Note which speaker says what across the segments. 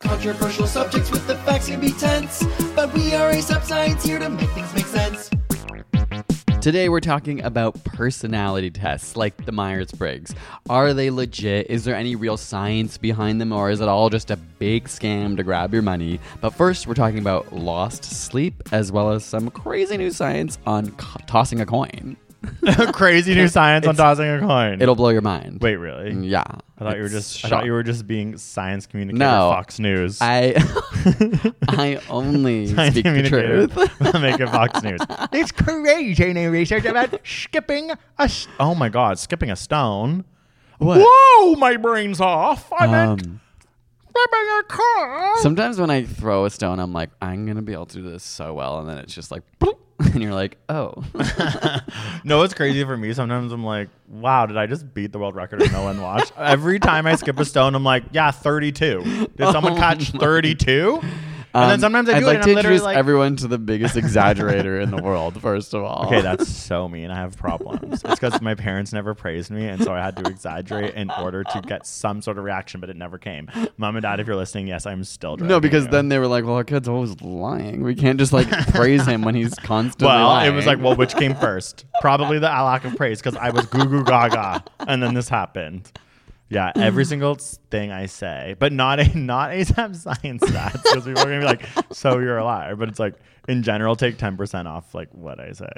Speaker 1: Controversial subjects with the facts can be tense, but we are a sub science here to make things make sense.
Speaker 2: Today, we're talking about personality tests like the Myers Briggs. Are they legit? Is there any real science behind them, or is it all just a big scam to grab your money? But first, we're talking about lost sleep as well as some crazy new science on co- tossing a coin.
Speaker 3: crazy new science on tossing a coin. Mm,
Speaker 2: It'll blow your mind.
Speaker 3: wait, really?
Speaker 2: Yeah.
Speaker 3: I thought you were
Speaker 2: It's
Speaker 3: just. I thought you were just being science communicator.
Speaker 2: No.
Speaker 3: Fox News.
Speaker 2: I I only
Speaker 3: Science
Speaker 2: speak the
Speaker 3: communicator.
Speaker 2: truth.
Speaker 3: Make it Fox News. It's crazy new research about skipping a. s- Oh my God, skipping a stone.
Speaker 2: What?
Speaker 3: Whoa, my brain's off. I meant
Speaker 2: Um,
Speaker 3: skipping a car.
Speaker 2: Sometimes when I throw a stone, I'm like, I'm gonna be able to do this so well, and then it's just like, and you're like, oh,
Speaker 3: No, it's crazy for me. Sometimes I'm like, wow, did I just beat the world record and no one watched? Every time I skip a stone, I'm like, yeah, 32. Did someone catch 32? And then
Speaker 2: Oh Um,
Speaker 3: sometimes I do
Speaker 2: I'd
Speaker 3: it
Speaker 2: like
Speaker 3: and
Speaker 2: to
Speaker 3: I'm literally
Speaker 2: introduce
Speaker 3: like,
Speaker 2: everyone to the biggest exaggerator in the world. First of all,
Speaker 3: okay, that's so mean. I have problems. It's because my parents never praised me, and so I had to exaggerate in order to get some sort of reaction, but it never came. Mom and dad, if you're listening, yes, I'm still driving.
Speaker 2: no, because
Speaker 3: you.
Speaker 2: then they were like, well, our kid's always lying. We can't just like praise him when he's constantly.
Speaker 3: Well,
Speaker 2: lying.
Speaker 3: it was like, well, which came first? Probably the lack of praise because I was goo goo gaga, and then this happened. Yeah, every single s- thing I say, but not a not a sub science stats because people are gonna be like, "So you're a liar," but it's like in general, take ten percent off like what I say.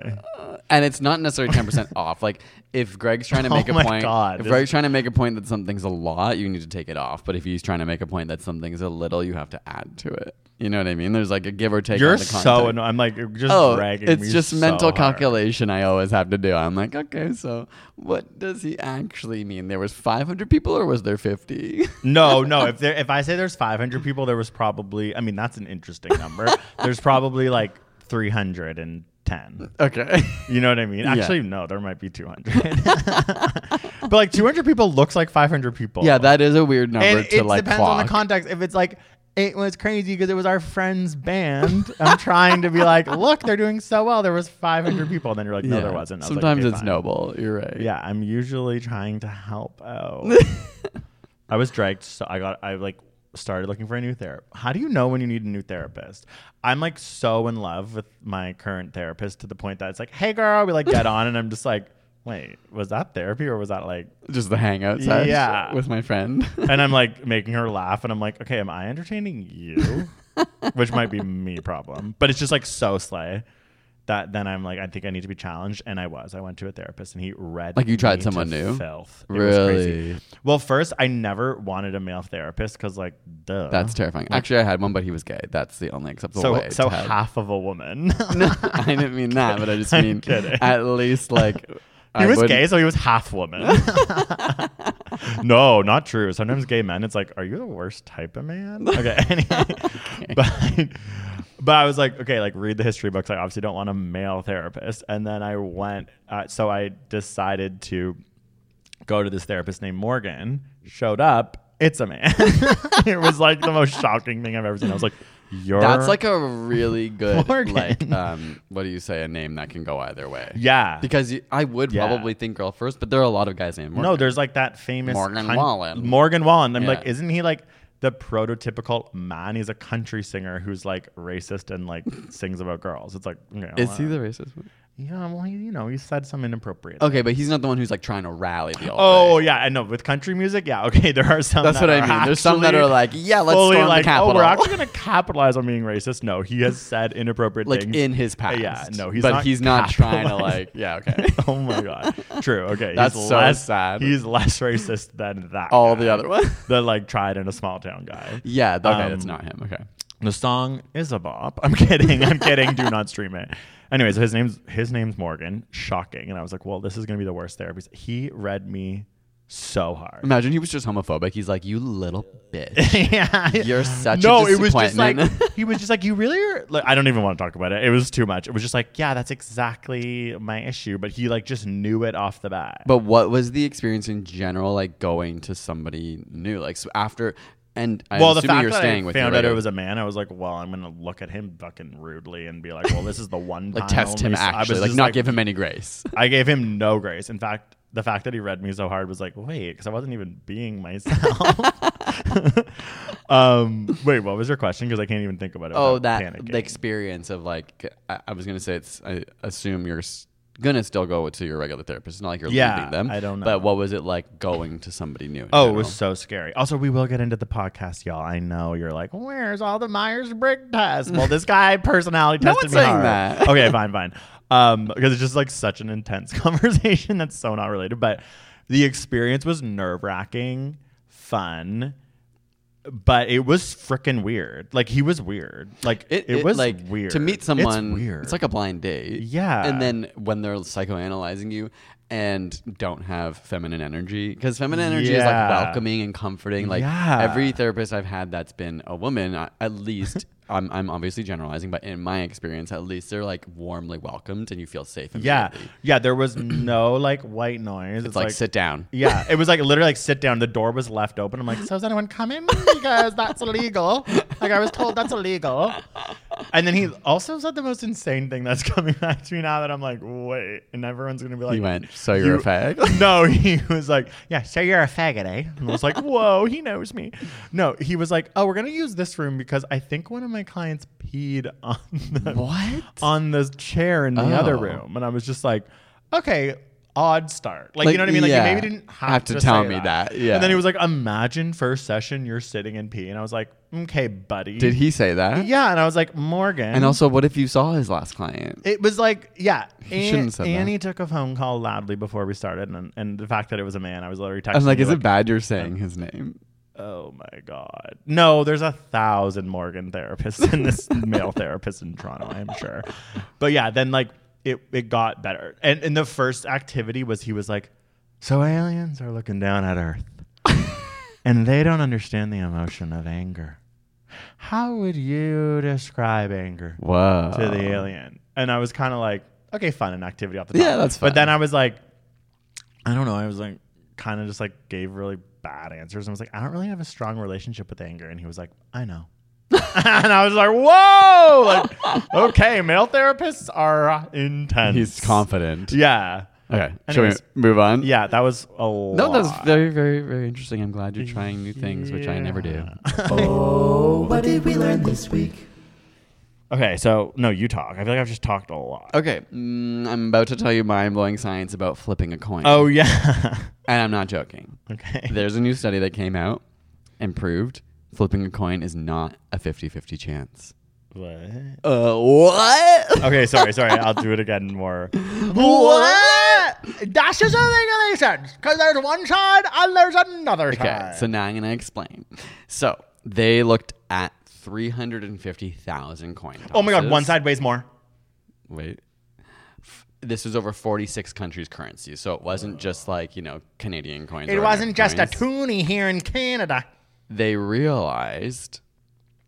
Speaker 2: and it's not necessarily ten percent off. Like if Greg's trying to
Speaker 3: Oh
Speaker 2: make a
Speaker 3: my
Speaker 2: point,
Speaker 3: God,
Speaker 2: if
Speaker 3: this-
Speaker 2: Greg's trying to make a point that something's a lot, you need to take it off. But if he's trying to make a point that something's a little, you have to add to it. You know what I mean? There's like a give or take.
Speaker 3: You're
Speaker 2: on the
Speaker 3: so
Speaker 2: context.
Speaker 3: annoying. I'm like, you're just
Speaker 2: Oh,
Speaker 3: dragging me
Speaker 2: it's just
Speaker 3: so
Speaker 2: mental
Speaker 3: hard.
Speaker 2: calculation I always have to do. I'm like, okay, so what does he actually mean? There was 500 people, or was there 50?
Speaker 3: No, no. If there, if I say there's 500 people, there was probably. I mean, that's an interesting number. there's probably like 310.
Speaker 2: okay,
Speaker 3: You know what I mean? Actually, no, there might be 200. but like 200 people looks like 500 people.
Speaker 2: yeah, that is a weird number
Speaker 3: And
Speaker 2: to
Speaker 3: it
Speaker 2: like
Speaker 3: depends on
Speaker 2: clock.
Speaker 3: the context. If it's like it was crazy because it was our friend's band, I'm trying to be like, look, they're doing so well. There was 500 people, and then you're like, no,
Speaker 2: Yeah.
Speaker 3: there wasn't. I was like,
Speaker 2: Sometimes
Speaker 3: "Okay,
Speaker 2: it's
Speaker 3: fine."
Speaker 2: noble. You're right.
Speaker 3: Yeah, I'm usually trying to help out. I was dragged. So I got. I like started looking for a new therapist. How do you know when you need a new therapist? I'm like so in love with my current therapist to the point that it's like, hey girl, we like get on, and I'm just like, wait, was that therapy or was that like?
Speaker 2: just the hangout sesh
Speaker 3: Yeah.
Speaker 2: with my friend.
Speaker 3: And I'm like making her laugh, and I'm like, okay, am I entertaining you? Which might be me problem, but it's just like so slay. That then I'm like I think I need to be challenged, and I was. I went to a therapist, and he read
Speaker 2: Like you tried
Speaker 3: me to
Speaker 2: someone new?
Speaker 3: Filth, It was crazy.
Speaker 2: really,
Speaker 3: Well, first, I never wanted a male therapist because, like, duh.
Speaker 2: that's terrifying. Actually, I had one, but he was gay. That's the only acceptable
Speaker 3: so.
Speaker 2: way.
Speaker 3: So
Speaker 2: to have-
Speaker 3: half of a woman.
Speaker 2: no, I didn't mean that, but I just
Speaker 3: I'm
Speaker 2: mean
Speaker 3: kidding.
Speaker 2: at least like he
Speaker 3: he was gay, so he was half woman. no, not true. Sometimes gay men, it's like, are you the worst type of man? Okay. Anyway, but but I was like, okay, like read the history books. I obviously don't want a male therapist, and then I went. Uh, so I decided to go to this therapist named Morgan. Showed up. It's a man. it was like the most shocking thing I've ever seen. I was like, you're
Speaker 2: That's like a really good
Speaker 3: Morgan.
Speaker 2: like um what do you say a name that can go either way?
Speaker 3: Yeah.
Speaker 2: Because you, I would
Speaker 3: Yeah.
Speaker 2: probably think girl first, but there are a lot of guys named Morgan.
Speaker 3: No, there's like that famous
Speaker 2: Morgan Wallen.
Speaker 3: Morgan Wallen. I'm
Speaker 2: Yeah.
Speaker 3: like, isn't he like the prototypical man? He's a country singer who's like racist and like sings about girls. It's like, okay,
Speaker 2: Is
Speaker 3: well,
Speaker 2: he the racist one?
Speaker 3: yeah, well, he- you know, he said some inappropriate.
Speaker 2: Okay, but he's not the one who's like trying to rally the.
Speaker 3: Oh yeah, I know. With country music, yeah, okay, there are some.
Speaker 2: That's
Speaker 3: that
Speaker 2: what I
Speaker 3: are
Speaker 2: mean. There's some that
Speaker 3: actually
Speaker 2: are like, yeah, let's
Speaker 3: fully
Speaker 2: storm the
Speaker 3: like, Oh,
Speaker 2: Capitol."
Speaker 3: we're actually gonna capitalize on being racist. No, he has said inappropriate
Speaker 2: like
Speaker 3: things
Speaker 2: in his past.
Speaker 3: Yeah, no, he's
Speaker 2: but
Speaker 3: not
Speaker 2: he's not trying to
Speaker 3: capitalizing.
Speaker 2: like. Yeah, okay.
Speaker 3: oh my god, true. Okay,
Speaker 2: That's
Speaker 3: he's
Speaker 2: so
Speaker 3: less,
Speaker 2: sad.
Speaker 3: He's less racist than that.
Speaker 2: All
Speaker 3: guy.
Speaker 2: the other ones.
Speaker 3: the like tried in a small town guy.
Speaker 2: Yeah, th- okay,
Speaker 3: Um,
Speaker 2: that's not him. Okay.
Speaker 3: The song is a bop. I'm kidding. I'm kidding. Do not stream it. Anyways, his name's his name's Morgan. Shocking. And I was like, well, this is gonna be the worst therapy. He read me so hard.
Speaker 2: Imagine he was just homophobic. He's like, you little bitch.
Speaker 3: yeah,
Speaker 2: You're such a
Speaker 3: no. it was just like
Speaker 2: disappointment.
Speaker 3: he was just like you really are. Like, I don't even want to talk about it. It was too much. It was just like yeah, that's exactly my issue. But he like just knew it off the bat.
Speaker 2: But what was the experience in general like going to somebody new? Like so after and I'm
Speaker 3: well, the
Speaker 2: assuming
Speaker 3: fact
Speaker 2: you're
Speaker 3: that
Speaker 2: staying
Speaker 3: I
Speaker 2: with
Speaker 3: found
Speaker 2: your
Speaker 3: out it
Speaker 2: regular-
Speaker 3: was a man, I was like, well, I'm gonna look at him fucking rudely and be like, well, this is the one
Speaker 2: like
Speaker 3: time I
Speaker 2: test him
Speaker 3: only s- I
Speaker 2: actually,
Speaker 3: was
Speaker 2: like
Speaker 3: just
Speaker 2: not give him any grace.
Speaker 3: I gave him no grace. In fact, the fact that he read me so hard was like, wait, because I wasn't even being myself. um, wait, what was your question? Because I can't even think about it.
Speaker 2: Oh,
Speaker 3: without
Speaker 2: that
Speaker 3: panicking.
Speaker 2: the experience of like I, I was gonna say it's I assume you're s- gonna still go to your regular therapist. It's not like you're
Speaker 3: Yeah,
Speaker 2: leaving them.
Speaker 3: I don't know.
Speaker 2: But what was it like going to somebody new? in
Speaker 3: Oh, it
Speaker 2: general?
Speaker 3: was so scary. Also, we will get into the podcast, y'all. I know you're like, where's all the Myers Briggs tests? Well, this guy personality
Speaker 2: No
Speaker 3: tested
Speaker 2: one's
Speaker 3: me
Speaker 2: saying
Speaker 3: hard.
Speaker 2: that.
Speaker 3: okay, fine, fine. Um, because it's just like such an intense conversation that's so not related. But the experience was nerve wracking, fun, but it was freaking weird. Like he was weird. Like it, was
Speaker 2: like
Speaker 3: weird
Speaker 2: to meet someone.
Speaker 3: It's weird.
Speaker 2: It's like a blind date.
Speaker 3: Yeah.
Speaker 2: and then when they're psychoanalyzing you and don't have feminine energy because feminine energy is like
Speaker 3: Yeah.
Speaker 2: welcoming and comforting. Like
Speaker 3: Yeah.
Speaker 2: every therapist I've had that's been a woman, I- at least. I'm, I'm obviously generalizing, but in my experience, at least they're like warmly welcomed and you feel safe.
Speaker 3: yeah,
Speaker 2: immediately.
Speaker 3: yeah. There was no like white noise. It's,
Speaker 2: It's like, sit down.
Speaker 3: Yeah, it was like literally like sit down. The door was left open. I'm like, so is anyone coming? Because that's illegal. Like I was told that's illegal. And then he also said the most insane thing that's coming back to me now that I'm like, wait. And everyone's gonna be like,
Speaker 2: He went, "So you're a fag?"
Speaker 3: No, he was like, yeah, so you're a faggot, eh? And I was like, whoa, he knows me. No, he was like, oh, we're gonna use this room because I think one of my clients peed on the
Speaker 2: What?
Speaker 3: on the chair in the other
Speaker 2: Oh.
Speaker 3: room, and I was just like, okay. Odd start, like,
Speaker 2: Like,
Speaker 3: you know what I mean. Like
Speaker 2: yeah.
Speaker 3: you maybe didn't have,
Speaker 2: Have to
Speaker 3: say
Speaker 2: tell me that, yeah.
Speaker 3: And then he was like, imagine first session you're sitting in pee, and I was like, okay, buddy.
Speaker 2: Did he say that?
Speaker 3: Yeah, and I was like, Morgan.
Speaker 2: And also, what if you saw his last client?
Speaker 3: It was like, yeah.
Speaker 2: He shouldn't have said that.
Speaker 3: Annie took a phone call loudly before we started, and, and the fact that it was a man, I was literally texting.
Speaker 2: I'm like,
Speaker 3: you,
Speaker 2: is it bad you're saying his name?
Speaker 3: Oh my god. No, there's a thousand Morgan therapists and this male therapist in Toronto, I'm sure. But yeah, then like it it got better. And and the first activity was he was like, So aliens are looking down at Earth. and they don't understand the emotion of anger. How would you describe anger?
Speaker 2: Whoa.
Speaker 3: to the alien. And I was kind of like, okay, fun, an activity off the top.
Speaker 2: Um, Yeah, that's
Speaker 3: But then
Speaker 2: fine.
Speaker 3: I was like, I don't know. I was like, kind of just like gave really bad answers. And I was like, I don't really have a strong relationship with anger. And he was like, I know. and I was like, whoa, like, okay, male therapists are intense.
Speaker 2: He's confident.
Speaker 3: Yeah.
Speaker 2: Okay. Shall we
Speaker 3: Anyways.
Speaker 2: move on?
Speaker 3: Yeah, that was a lot.
Speaker 2: No, that's very, very, very interesting. I'm glad you're trying new things, which I never do.
Speaker 1: What did we learn this week?
Speaker 3: Okay, so no, you talk. I feel like I've just talked a lot.
Speaker 2: Okay. Mm, I'm about to tell you mind blowing science about flipping a coin.
Speaker 3: Oh, yeah.
Speaker 2: And I'm not joking.
Speaker 3: okay.
Speaker 2: There's a new study that came out and proved flipping a coin is not a 50 50 chance.
Speaker 3: What?
Speaker 2: Uh, what?
Speaker 3: Okay, sorry, sorry. I'll do it again more.
Speaker 2: What?
Speaker 3: That's just a regulations because there's one side and there's another
Speaker 2: Okay, so now I'm going to explain. So they looked at 350,000 coin tosses.
Speaker 3: oh my god, one side weighs more.
Speaker 2: Wait. F- This was over 46 countries' currencies, so it wasn't just like, you know, Canadian coins. or
Speaker 3: It wasn't
Speaker 2: American
Speaker 3: just a
Speaker 2: coins.
Speaker 3: toonie here in Canada.
Speaker 2: They realized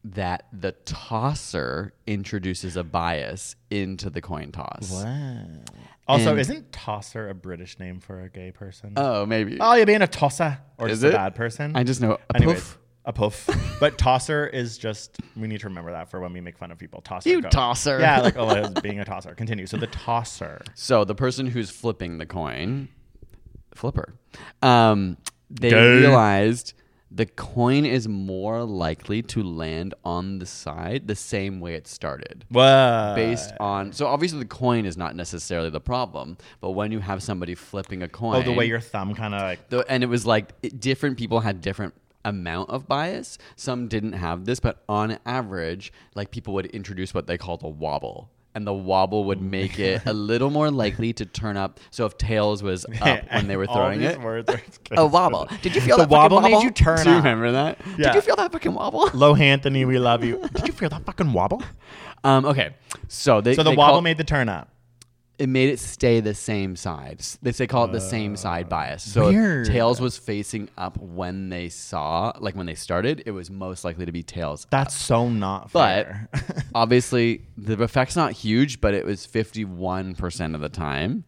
Speaker 2: that the tosser introduces a bias into the coin toss.
Speaker 3: Also,
Speaker 2: And-
Speaker 3: isn't tosser a British name for a gay person?
Speaker 2: Oh, maybe.
Speaker 3: oh, you're being a tosser or
Speaker 2: Is
Speaker 3: just
Speaker 2: it?
Speaker 3: a bad person?
Speaker 2: I just know a
Speaker 3: Anyways,
Speaker 2: poof.
Speaker 3: A poof. but tosser is just, we need to remember that for when we make fun of people. Tosser.
Speaker 2: You
Speaker 3: go.
Speaker 2: tosser.
Speaker 3: Yeah, like, oh, I was being a tosser. Continue. So the tosser.
Speaker 2: So the person who's flipping the coin, flipper, um, they
Speaker 3: Gay.
Speaker 2: realized the coin is more likely to land on the side the same way it started.
Speaker 3: Wow.
Speaker 2: Based on so obviously the coin is not necessarily the problem, but when you have somebody flipping a coin,
Speaker 3: Oh, the way your thumb kind of like.
Speaker 2: the, and it was like it, different people had different amount of bias. Some didn't have this, but on average, like people would introduce what they called a wobble. And the wobble would make it a little more likely to turn up. So if tails was up when they were
Speaker 3: All
Speaker 2: throwing
Speaker 3: these
Speaker 2: it, Oh,
Speaker 3: words are
Speaker 2: a wobble. Did you feel
Speaker 3: The
Speaker 2: that fucking
Speaker 3: wobble made you turn
Speaker 2: Do you
Speaker 3: up.
Speaker 2: remember that? Did
Speaker 3: Yeah.
Speaker 2: you feel that fucking wobble?
Speaker 3: Low Anthony, we love you. Did you feel that fucking wobble?
Speaker 2: Um, okay, so they
Speaker 3: So the
Speaker 2: they
Speaker 3: wobble
Speaker 2: call-
Speaker 3: made the turn up.
Speaker 2: it made it stay the same side. S- They say call it the same side bias. So if
Speaker 3: weird.
Speaker 2: tails was facing up when they saw, like when they started, it was most likely to be tails.
Speaker 3: That's so not
Speaker 2: But
Speaker 3: fair.
Speaker 2: obviously, the effect's not huge, but it was 51% of the time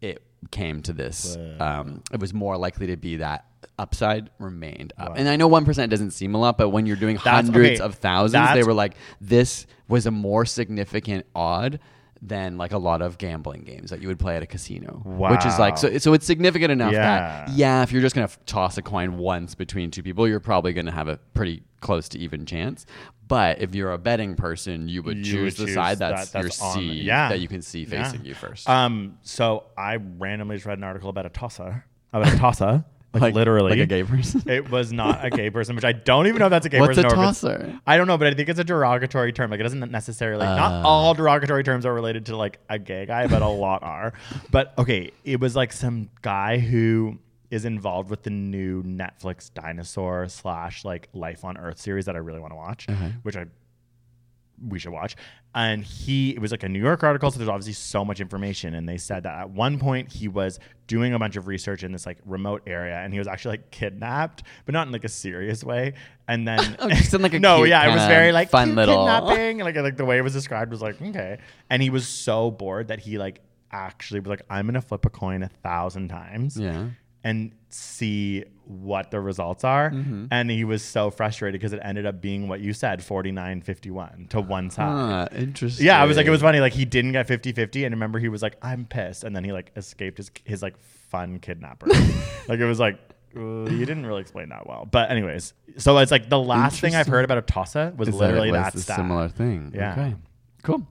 Speaker 2: it came to this. Um, it was more likely to be that upside remained up. And I know 1% doesn't seem a lot, but when you're doing
Speaker 3: That's-
Speaker 2: hundreds
Speaker 3: okay,
Speaker 2: of thousands, they
Speaker 3: that's-
Speaker 2: were like, this was a more significant odd than like a lot of gambling games that you would play at a casino. Which is like, so, so it's significant enough that,
Speaker 3: Yeah.
Speaker 2: yeah, if you're just going to toss a coin once between two people, you're probably going to have a pretty close to even chance. But if you're a betting person, you would
Speaker 3: You
Speaker 2: choose
Speaker 3: would
Speaker 2: the
Speaker 3: choose
Speaker 2: side
Speaker 3: that-
Speaker 2: that's,
Speaker 3: that's
Speaker 2: your
Speaker 3: on-
Speaker 2: C
Speaker 3: yeah.
Speaker 2: that you can see
Speaker 3: Yeah.
Speaker 2: facing you first.
Speaker 3: Um, so I randomly just read an article about a tosser, about a tosser, like,
Speaker 2: Like-
Speaker 3: literally,
Speaker 2: like a gay person?
Speaker 3: It was not a gay person, which I don't even know if that's a gay
Speaker 2: What's a
Speaker 3: person. or if it's-
Speaker 2: tosser?
Speaker 3: I don't know, but I think it's a derogatory term. Like it doesn't necessarily. not all derogatory terms are related to like a gay guy, but a lot are. But okay, it was like some guy who is involved with the new Netflix dinosaur slash like Life on Earth series that I really want to watch, which I we should watch. And he, it was like a New York article, so there's obviously so much information. And they said that at one point he was doing a bunch of research in this like remote area, and he was actually like kidnapped, but not in like a serious way. And then,
Speaker 2: Oh, just in, like, a
Speaker 3: no,
Speaker 2: cute
Speaker 3: yeah, it was
Speaker 2: kinda
Speaker 3: very like
Speaker 2: fun
Speaker 3: cute
Speaker 2: little-
Speaker 3: kidnapping. Like, like the way it was described was like okay. And he was so bored that he like actually was like, I'm gonna flip a coin a thousand times
Speaker 2: Yeah.
Speaker 3: and see what the results are.
Speaker 2: Mm-hmm.
Speaker 3: And he was so frustrated because it ended up being what you said 49 51 to one side.
Speaker 2: Ah, interesting.
Speaker 3: Yeah, I was like, it was funny. Like, he didn't get 50 50. And remember, he was like, I'm pissed. And then he like escaped his, his like fun kidnapper. like, it was like, uh, you didn't really explain that well. But, anyways, so it's like the last thing I've
Speaker 2: Interesting.
Speaker 3: heard about a Tossa was
Speaker 2: Is that it
Speaker 3: literally
Speaker 2: was
Speaker 3: that,
Speaker 2: a
Speaker 3: stat.
Speaker 2: similar thing.
Speaker 3: Yeah.
Speaker 2: Okay. Cool.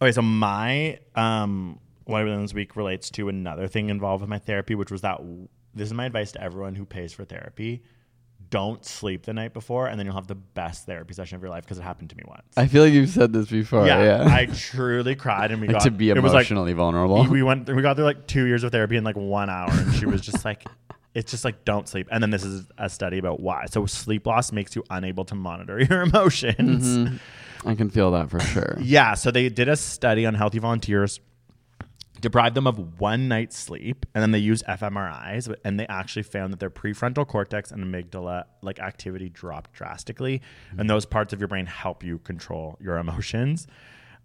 Speaker 3: Okay, so my um what I've done this week relates to another thing involved with my therapy, which was that this is my advice to everyone who pays for therapy. Don't sleep the night before, and then you'll have the best therapy session of your life because it happened to me once.
Speaker 2: I feel like you've said this before. Yeah.
Speaker 3: I truly cried, and we got
Speaker 2: to be
Speaker 3: it was like-
Speaker 2: emotionally vulnerable.
Speaker 3: we went we got through like two years of therapy in like one hour and she was just like it's just like don't sleep and then this is a study about why so sleep loss makes you unable to monitor your emotions
Speaker 2: I can feel that for sure.
Speaker 3: yeah, so they did a study on healthy volunteers, deprived them of one night's sleep, and then they used fMRIs, and they actually found that their prefrontal cortex and amygdala like activity dropped drastically, and those parts of your brain help you control your emotions.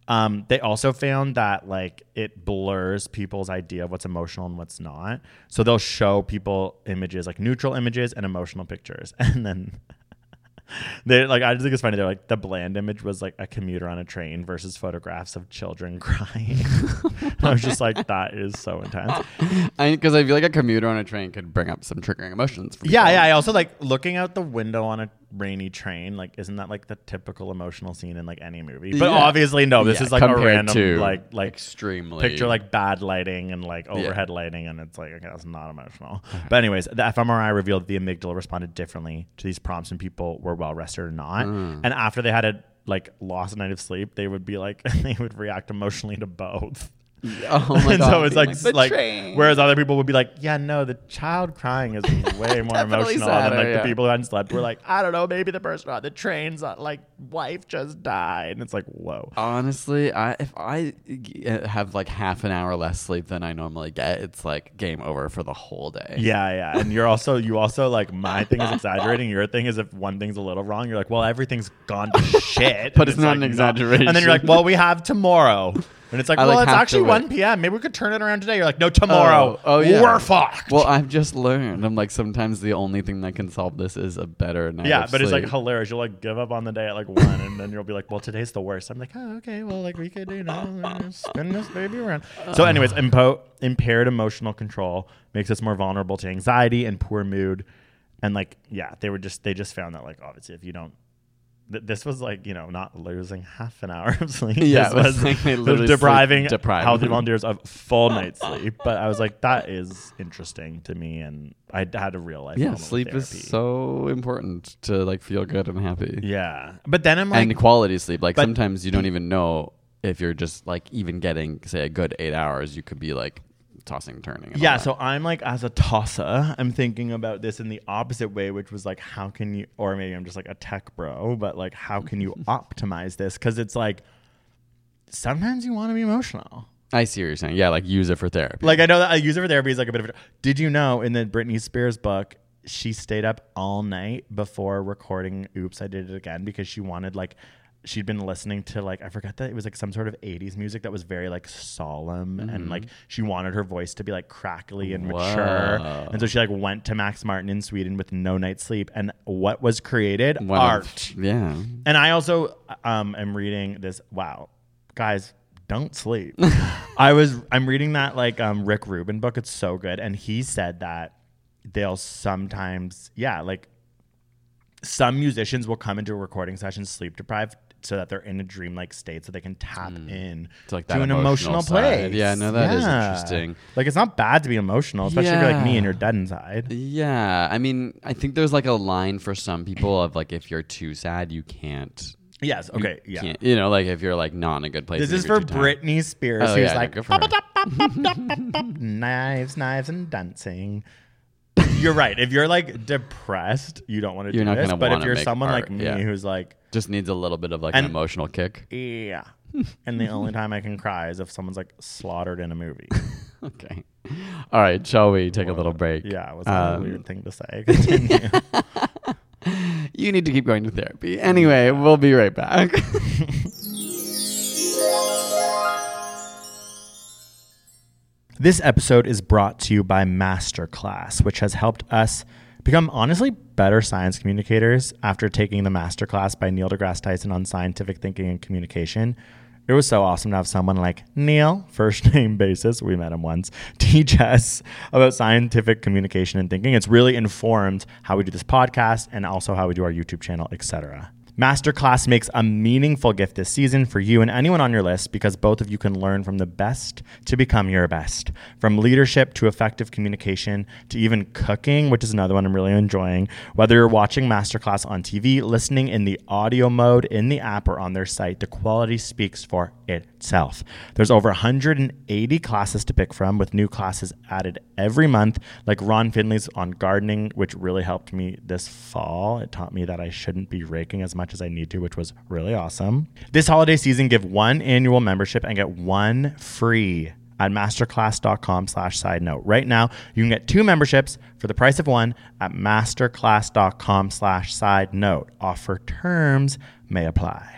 Speaker 3: Um, they also found that like it blurs people's idea of what's emotional and what's not. So they'll show people images like neutral images and emotional pictures, and then they like I just think it's funny. They're like the bland image was like a commuter on a train versus photographs of children crying. And I was just like, that is so intense.
Speaker 2: Because I, feel like a commuter on a train could bring up some triggering emotions. For
Speaker 3: Yeah,
Speaker 2: people.
Speaker 3: yeah. I also like looking out the window on a rainy train. Like, isn't that like the typical emotional scene in like any movie? But
Speaker 2: Yeah.
Speaker 3: obviously, no. This
Speaker 2: Yeah,
Speaker 3: is like a
Speaker 2: compared to
Speaker 3: random like like
Speaker 2: extremely-
Speaker 3: picture like bad lighting and like overhead lighting, and it's like okay, that's not emotional. But anyways, the fMRI revealed that the amygdala responded differently to these prompts when people were well rested or not. And after they had a like lost a night of sleep, they would be like they would react emotionally to both
Speaker 2: Oh my
Speaker 3: and
Speaker 2: god.
Speaker 3: so it's
Speaker 2: being
Speaker 3: like,
Speaker 2: the
Speaker 3: like,
Speaker 2: train.
Speaker 3: whereas other people would be like, yeah, no, the child crying is way more
Speaker 2: Definitely
Speaker 3: emotional
Speaker 2: sadder,
Speaker 3: than like
Speaker 2: yeah.
Speaker 3: the people who hadn't slept. We're like, I don't know, maybe the person on the train's uh, like wife just died, and it's like, whoa.
Speaker 2: Oh. Honestly, I if I g- uh, have like half an hour less sleep than I normally get, it's like game over for the whole day.
Speaker 3: Yeah, yeah, and you're also you also like my thing is exaggerating. Your thing is if one thing's a little wrong, you're like, well, everything's gone to shit.
Speaker 2: But
Speaker 3: And like,
Speaker 2: it's not an
Speaker 3: And then
Speaker 2: exaggeration.
Speaker 3: you're like, well, we have tomorrow, and it's like,
Speaker 2: I,
Speaker 3: well,
Speaker 2: like,
Speaker 3: it's
Speaker 2: have to
Speaker 3: actually
Speaker 2: wait.
Speaker 3: 1 p.m. Maybe we could turn it around today. You're like, no, tomorrow.
Speaker 2: Oh, oh, yeah.
Speaker 3: we're fucked.
Speaker 2: Well, I've just learned. I'm like sometimes the only thing that can solve this is a better night.
Speaker 3: Yeah,
Speaker 2: of
Speaker 3: but it's like
Speaker 2: sleep.
Speaker 3: hilarious. You'll like give up on the day at like one, and then you'll be like, "Well, today's the worst." I'm like, "Oh, okay. Well, like we could, you know, spin this baby around." So, anyways, impo- impaired emotional control makes us more vulnerable to anxiety and poor mood, and like yeah they were just they just found that like obviously if you don't th- this was like you know not losing half an hour of sleep
Speaker 2: Yeah,
Speaker 3: this
Speaker 2: it was like they literally sleep
Speaker 3: depriving
Speaker 2: deprived.
Speaker 3: healthy volunteers of full night's sleep but i was like that is interesting to me and i d- had a real life
Speaker 2: Yeah,
Speaker 3: moment with
Speaker 2: sleep is
Speaker 3: therapy.
Speaker 2: so important to like feel good and happy.
Speaker 3: yeah but then i'm like
Speaker 2: and quality sleep. Like
Speaker 3: but-
Speaker 2: sometimes you don't even know if you're just like even getting say a good eight hours, you could be like tossing and turning. and all
Speaker 3: Yeah,
Speaker 2: that.
Speaker 3: so I'm like as a tosser, I'm thinking about this in the opposite way, which was like, how can you, or maybe I'm just like a tech bro, but like, how can you optimize this? Because it's like sometimes you want to be emotional.
Speaker 2: I see what you're saying. Yeah, like use it for therapy.
Speaker 3: Like I know that a user for therapy is like a bit of. a Did you know in the Britney Spears book, she stayed up all night before recording "Oops, I Did It Again" because she wanted like. She'd been listening to like I forgot that it was like some sort of 80s music that was very like solemn and like she wanted her voice to be like crackly and mature.
Speaker 2: Wow.
Speaker 3: And so she like went to Max Martin in Sweden with no night's sleep and what was created?
Speaker 2: One of-
Speaker 3: Art.
Speaker 2: yeah.
Speaker 3: And I also um, am reading this. Wow, guys, don't sleep. I was I'm reading that like um, Rick Rubin book. It's so good, and he said that they'll sometimes yeah like some musicians will come into a recording session sleep deprived so that they're in a dream like state so they can tap in
Speaker 2: To, Mm. like, that
Speaker 3: an
Speaker 2: emotional side.
Speaker 3: place.
Speaker 2: Yeah, no, that is interesting.
Speaker 3: Like it's not bad to be emotional, especially if you're like me
Speaker 2: Yeah.
Speaker 3: and you're dead inside.
Speaker 2: Yeah. I mean, I think there's like a line for some people of like if you're too sad, you can't.
Speaker 3: Yes. Okay. Yeah.
Speaker 2: can't- you know, like if you're like not in a good place.
Speaker 3: This
Speaker 2: and
Speaker 3: is
Speaker 2: you're
Speaker 3: for
Speaker 2: too tired.
Speaker 3: Britney Spears,
Speaker 2: Oh,
Speaker 3: who's
Speaker 2: yeah, no,
Speaker 3: like
Speaker 2: good for her.
Speaker 3: knives, knives, and dancing. You're right. If you're like depressed, you don't want to
Speaker 2: You're
Speaker 3: do
Speaker 2: not
Speaker 3: this.
Speaker 2: gonna
Speaker 3: But if
Speaker 2: wanna
Speaker 3: you're
Speaker 2: make
Speaker 3: someone
Speaker 2: art,
Speaker 3: like me
Speaker 2: yeah.
Speaker 3: who's like,
Speaker 2: Just needs a little bit of like
Speaker 3: And-
Speaker 2: an emotional kick.
Speaker 3: yeah, and the only time I can cry is if someone's like slaughtered in a movie.
Speaker 2: Okay. All right. Shall we take a little break?
Speaker 3: Yeah, it was a
Speaker 2: um,
Speaker 3: weird thing to say. Continue.
Speaker 2: You need to keep going to therapy. Anyway, we'll be right back.
Speaker 3: This episode is brought to you by Masterclass, which has helped us become honestly better science communicators after taking the Masterclass by Neil deGrasse Tyson on scientific thinking and communication. It was so awesome to have someone like Neil, first name basis, we met him once, teach us about scientific communication and thinking. It's really informed how we do this podcast and also how we do our YouTube channel, etc. Masterclass makes a meaningful gift this season for you and anyone on your list because both of you can learn from the best to become your best. From leadership to effective communication to even cooking, which is another one I'm really enjoying. Whether you're watching Masterclass on TV, listening in the audio mode in the app or on their site, the quality speaks for itself. There's over 180 classes to pick from with new classes added every month, like Ron Finley's on gardening, which really helped me this fall. It taught me that I shouldn't be raking as much as I need to, which was really awesome. This holiday season, give one annual membership and get one free at masterclass.com slash side note. Right now, you can get two memberships for the price of one at masterclass.com slash side note. Offer terms may apply.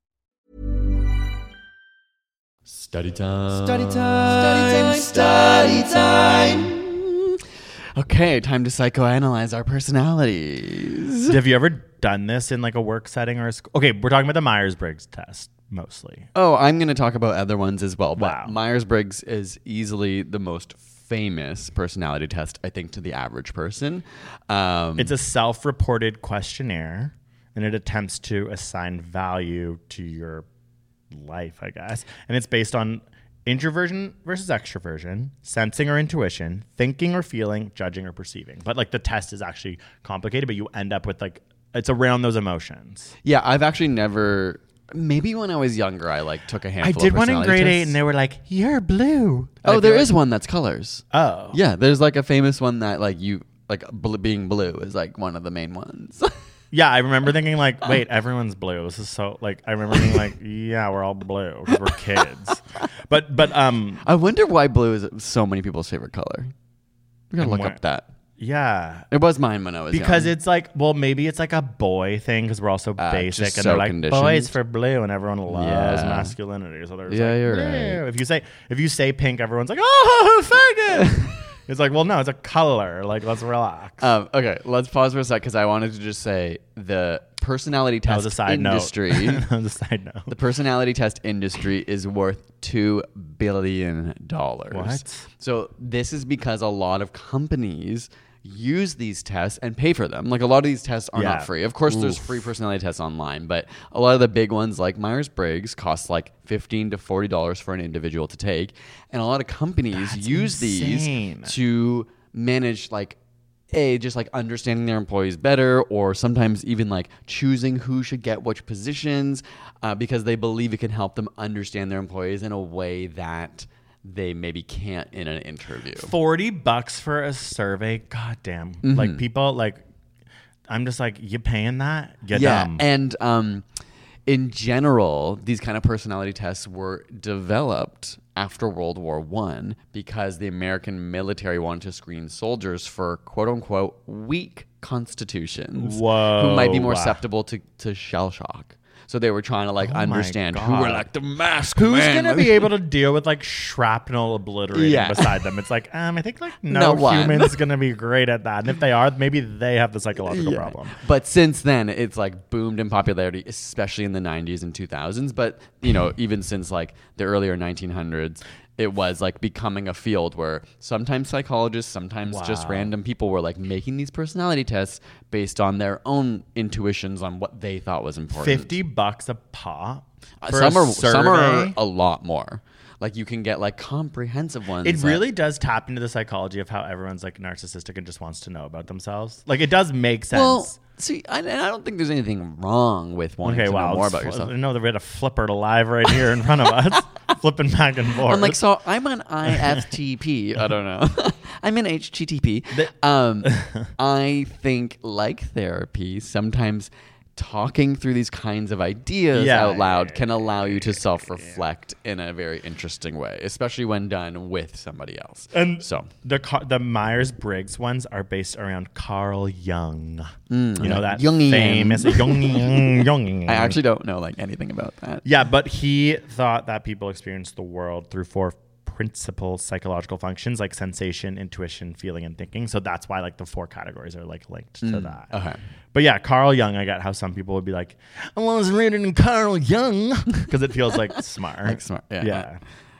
Speaker 2: Study time.
Speaker 1: Study time. Study time. Study time.
Speaker 2: Okay, time to psychoanalyze our personalities.
Speaker 3: Have you ever done this in like a work setting or a school? Okay, we're talking about the Myers Briggs test mostly.
Speaker 2: Oh, I'm going to talk about other ones as well. But
Speaker 3: Wow.
Speaker 2: Myers Briggs is easily the most famous personality test, I think, to the average person. Um,
Speaker 3: It's a self reported questionnaire and it attempts to assign value to your life, I guess. And it's based on introversion versus extroversion, sensing or intuition, thinking or feeling, judging or perceiving. But like the test is actually complicated, but you end up with like, it's around those emotions.
Speaker 2: yeah, I've actually never Maybe when I was younger, I like took a
Speaker 3: I
Speaker 2: handful.
Speaker 3: did
Speaker 2: of
Speaker 3: one in
Speaker 2: personality
Speaker 3: grade eight,
Speaker 2: tests.
Speaker 3: and they were like, "You're blue."
Speaker 2: oh, there is one that's colors.
Speaker 3: Oh,
Speaker 2: Yeah, there's like a famous one that like you like bl- being blue is like one of the main ones.
Speaker 3: yeah. I remember thinking like, "Wait, everyone's blue." This is so like. I remember being like, "Yeah, we're all blue 'cause we're kids." but but um,
Speaker 2: I wonder why blue is so many people's favorite color. We gotta
Speaker 3: And
Speaker 2: look
Speaker 3: why-
Speaker 2: up that.
Speaker 3: yeah,
Speaker 2: It was mine when I was
Speaker 3: because
Speaker 2: young.
Speaker 3: it's like, well, maybe it's like a boy thing because we're all so
Speaker 2: Uh,
Speaker 3: basic,
Speaker 2: just
Speaker 3: and
Speaker 2: so
Speaker 3: they're like,
Speaker 2: conditioned.
Speaker 3: "Boys for blue," and everyone loves
Speaker 2: Yeah.
Speaker 3: masculinity. So there's
Speaker 2: Yeah,
Speaker 3: like,
Speaker 2: you're
Speaker 3: "Blue." If you say if you say pink, everyone's like, "Oh, faggot." it's like, well, no, it's a color. Like, let's relax.
Speaker 2: Um, okay, let's pause for a sec because I wanted to just say the personality
Speaker 3: that
Speaker 2: test
Speaker 3: was a side
Speaker 2: industry.
Speaker 3: note. that was a side note.
Speaker 2: The personality test industry is worth two billion dollars.
Speaker 3: What?
Speaker 2: So this is because a lot of companies use these tests and pay for them. Like a lot of these tests are
Speaker 3: Yeah.
Speaker 2: not free. Of course, there's free personality tests online, but a lot of the big ones like Myers Briggs cost like fifteen to forty dollars for an individual to take, and a lot of companies use
Speaker 3: insane.
Speaker 2: these to manage like a just like understanding their employees better or sometimes even like choosing who should get which positions uh, because they believe it can help them understand their employees in a way that they maybe can't in an interview
Speaker 3: 40 bucks for a survey. God damn.
Speaker 2: Mm-hmm.
Speaker 3: Like people like I'm just like, you paying that? You
Speaker 2: yeah
Speaker 3: dumb.
Speaker 2: and um in general these kind of personality tests were developed after world war one because the american military wanted to screen soldiers for quote unquote weak constitutions who might be more
Speaker 3: Whoa. Oh
Speaker 2: susceptible to, to shell shock so they were trying to like understand who were
Speaker 3: God.
Speaker 2: like the mask
Speaker 3: Who's
Speaker 2: men.
Speaker 3: gonna be able to deal with like shrapnel obliterating
Speaker 2: Yeah.
Speaker 3: beside them? It's like, um, I think like
Speaker 2: No
Speaker 3: no,
Speaker 2: one.
Speaker 3: human's gonna be great at that. And if they are, maybe they have the psychological
Speaker 2: Yeah.
Speaker 3: problem.
Speaker 2: But since then, it's like boomed in popularity, especially in the 90s and 2000s. But, you know, even since like the earlier 1900s, it was like becoming a field where sometimes psychologists, sometimes just random people were like making these personality tests based on their own intuitions on what they thought was important.
Speaker 3: Fifty bucks a pop.
Speaker 2: Uh,
Speaker 3: for
Speaker 2: some
Speaker 3: a
Speaker 2: are some are
Speaker 3: survey?
Speaker 2: a lot more. Like you can get like comprehensive ones.
Speaker 3: It
Speaker 2: that-
Speaker 3: really does tap into the psychology of how everyone's like narcissistic and just wants to know about themselves. Like it does make sense.
Speaker 2: well. See, I, and I don't think there's anything wrong with wanting
Speaker 3: Okay,
Speaker 2: to
Speaker 3: wow.
Speaker 2: know more
Speaker 3: it's
Speaker 2: about
Speaker 3: fl-
Speaker 2: yourself.
Speaker 3: I know that we had a flipper live right here in front of us, flipping back and forth.
Speaker 2: I'm like, so I'm an IFTP. I don't know. I'm an HTTP. Um, I think, like therapy, sometimes talking through these kinds of ideas
Speaker 3: Yeah.
Speaker 2: out loud can allow you to self reflect in a very interesting way, especially when done with somebody else.
Speaker 3: And-
Speaker 2: so,
Speaker 3: the Car- the Myers Briggs ones are based around Carl Jung. you know that
Speaker 2: Hmm. Jungian.
Speaker 3: famous Jungian. Jungian.
Speaker 2: I actually don't know like anything about that.
Speaker 3: yeah, but he thought that people experience the world through four principal psychological functions like sensation, intuition, feeling, and thinking. So that's why like the four categories are like linked to that.
Speaker 2: Mm, Okay.
Speaker 3: But yeah, Carl Jung, I got how some people would be like, I was reading Carl Jung because it feels like smart.
Speaker 2: Like smart, yeah.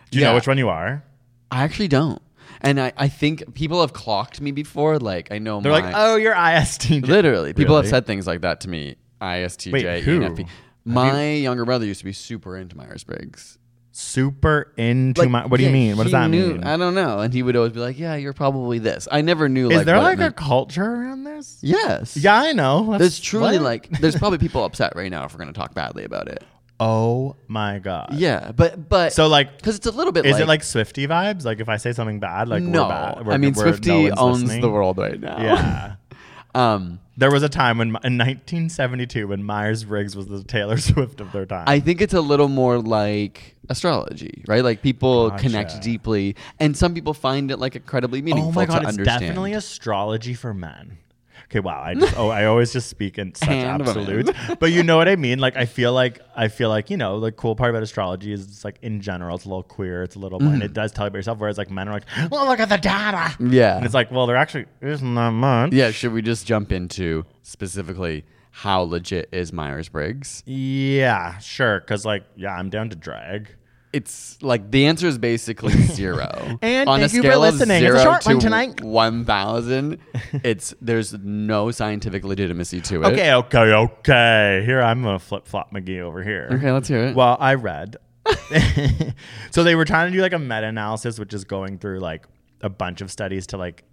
Speaker 3: Do you
Speaker 2: Yeah.
Speaker 3: know which one you are?
Speaker 2: I actually don't. And I, I think people have clocked me before. Like, I know
Speaker 3: They're
Speaker 2: my,
Speaker 3: like, oh, you're ISTJ.
Speaker 2: Literally, people have
Speaker 3: Really?
Speaker 2: said things like that to me. ISTJ,
Speaker 3: Wait, who?
Speaker 2: ENFP. My younger brother used to be super into Myers Briggs.
Speaker 3: super into my. What do you mean? What does that mean?
Speaker 2: I don't know. And he would always be like, "Yeah, you're probably this." I never knew.
Speaker 3: Is
Speaker 2: like,
Speaker 3: there
Speaker 2: what it
Speaker 3: like a
Speaker 2: meant.
Speaker 3: culture around this?
Speaker 2: yes?
Speaker 3: Yeah, I know. That's-
Speaker 2: There's truly
Speaker 3: what?
Speaker 2: like there's probably people upset right now if we're gonna talk badly about it.
Speaker 3: Oh my god.
Speaker 2: Yeah, but but
Speaker 3: So like,
Speaker 2: because it's a little bit
Speaker 3: is
Speaker 2: like,
Speaker 3: it like Swifty vibes? Like if I say something bad, like
Speaker 2: no.
Speaker 3: we're bad. We're,
Speaker 2: I mean,
Speaker 3: we're- no
Speaker 2: Swifty
Speaker 3: one's
Speaker 2: owns
Speaker 3: listening?
Speaker 2: the world right now.
Speaker 3: Yeah.
Speaker 2: Um,
Speaker 3: There was a time when, in 1972, when Myers Briggs was the Taylor Swift of their time.
Speaker 2: I think it's a little more like astrology, right? Like people connect deeply, and some people find it like incredibly meaningful
Speaker 3: oh my god,
Speaker 2: to
Speaker 3: it's
Speaker 2: understand.
Speaker 3: definitely astrology for men. Okay, wow. I just, oh, I always just speak in such
Speaker 2: And women.
Speaker 3: absolutes, but you know what I mean. Like, I feel like I feel like you know the cool part about astrology is it's like in general, it's a little queer, it's a
Speaker 2: Mm-hmm.
Speaker 3: little, and it does tell you about yourself. Whereas like men are like, well, look at the data,
Speaker 2: Yeah.
Speaker 3: and it's like, well, there actually isn't that much.
Speaker 2: Uh, yeah. Should we just jump into specifically how legit is Myers Briggs?
Speaker 3: Yeah, sure. Because like, yeah, I'm down to drag.
Speaker 2: It's like the answer is basically zero.
Speaker 3: And
Speaker 2: on
Speaker 3: thank
Speaker 2: a
Speaker 3: you for
Speaker 2: scale of
Speaker 3: listening. It's a
Speaker 2: zero
Speaker 3: short
Speaker 2: to
Speaker 3: one tonight.
Speaker 2: one thousand, it's there's no scientific legitimacy to it.
Speaker 3: Okay, okay, okay. Here I'm gonna flip flop McGee over here.
Speaker 2: Okay, let's hear it.
Speaker 3: Well, I read. so they were trying to do like a meta analysis, which is going through like a bunch of studies to like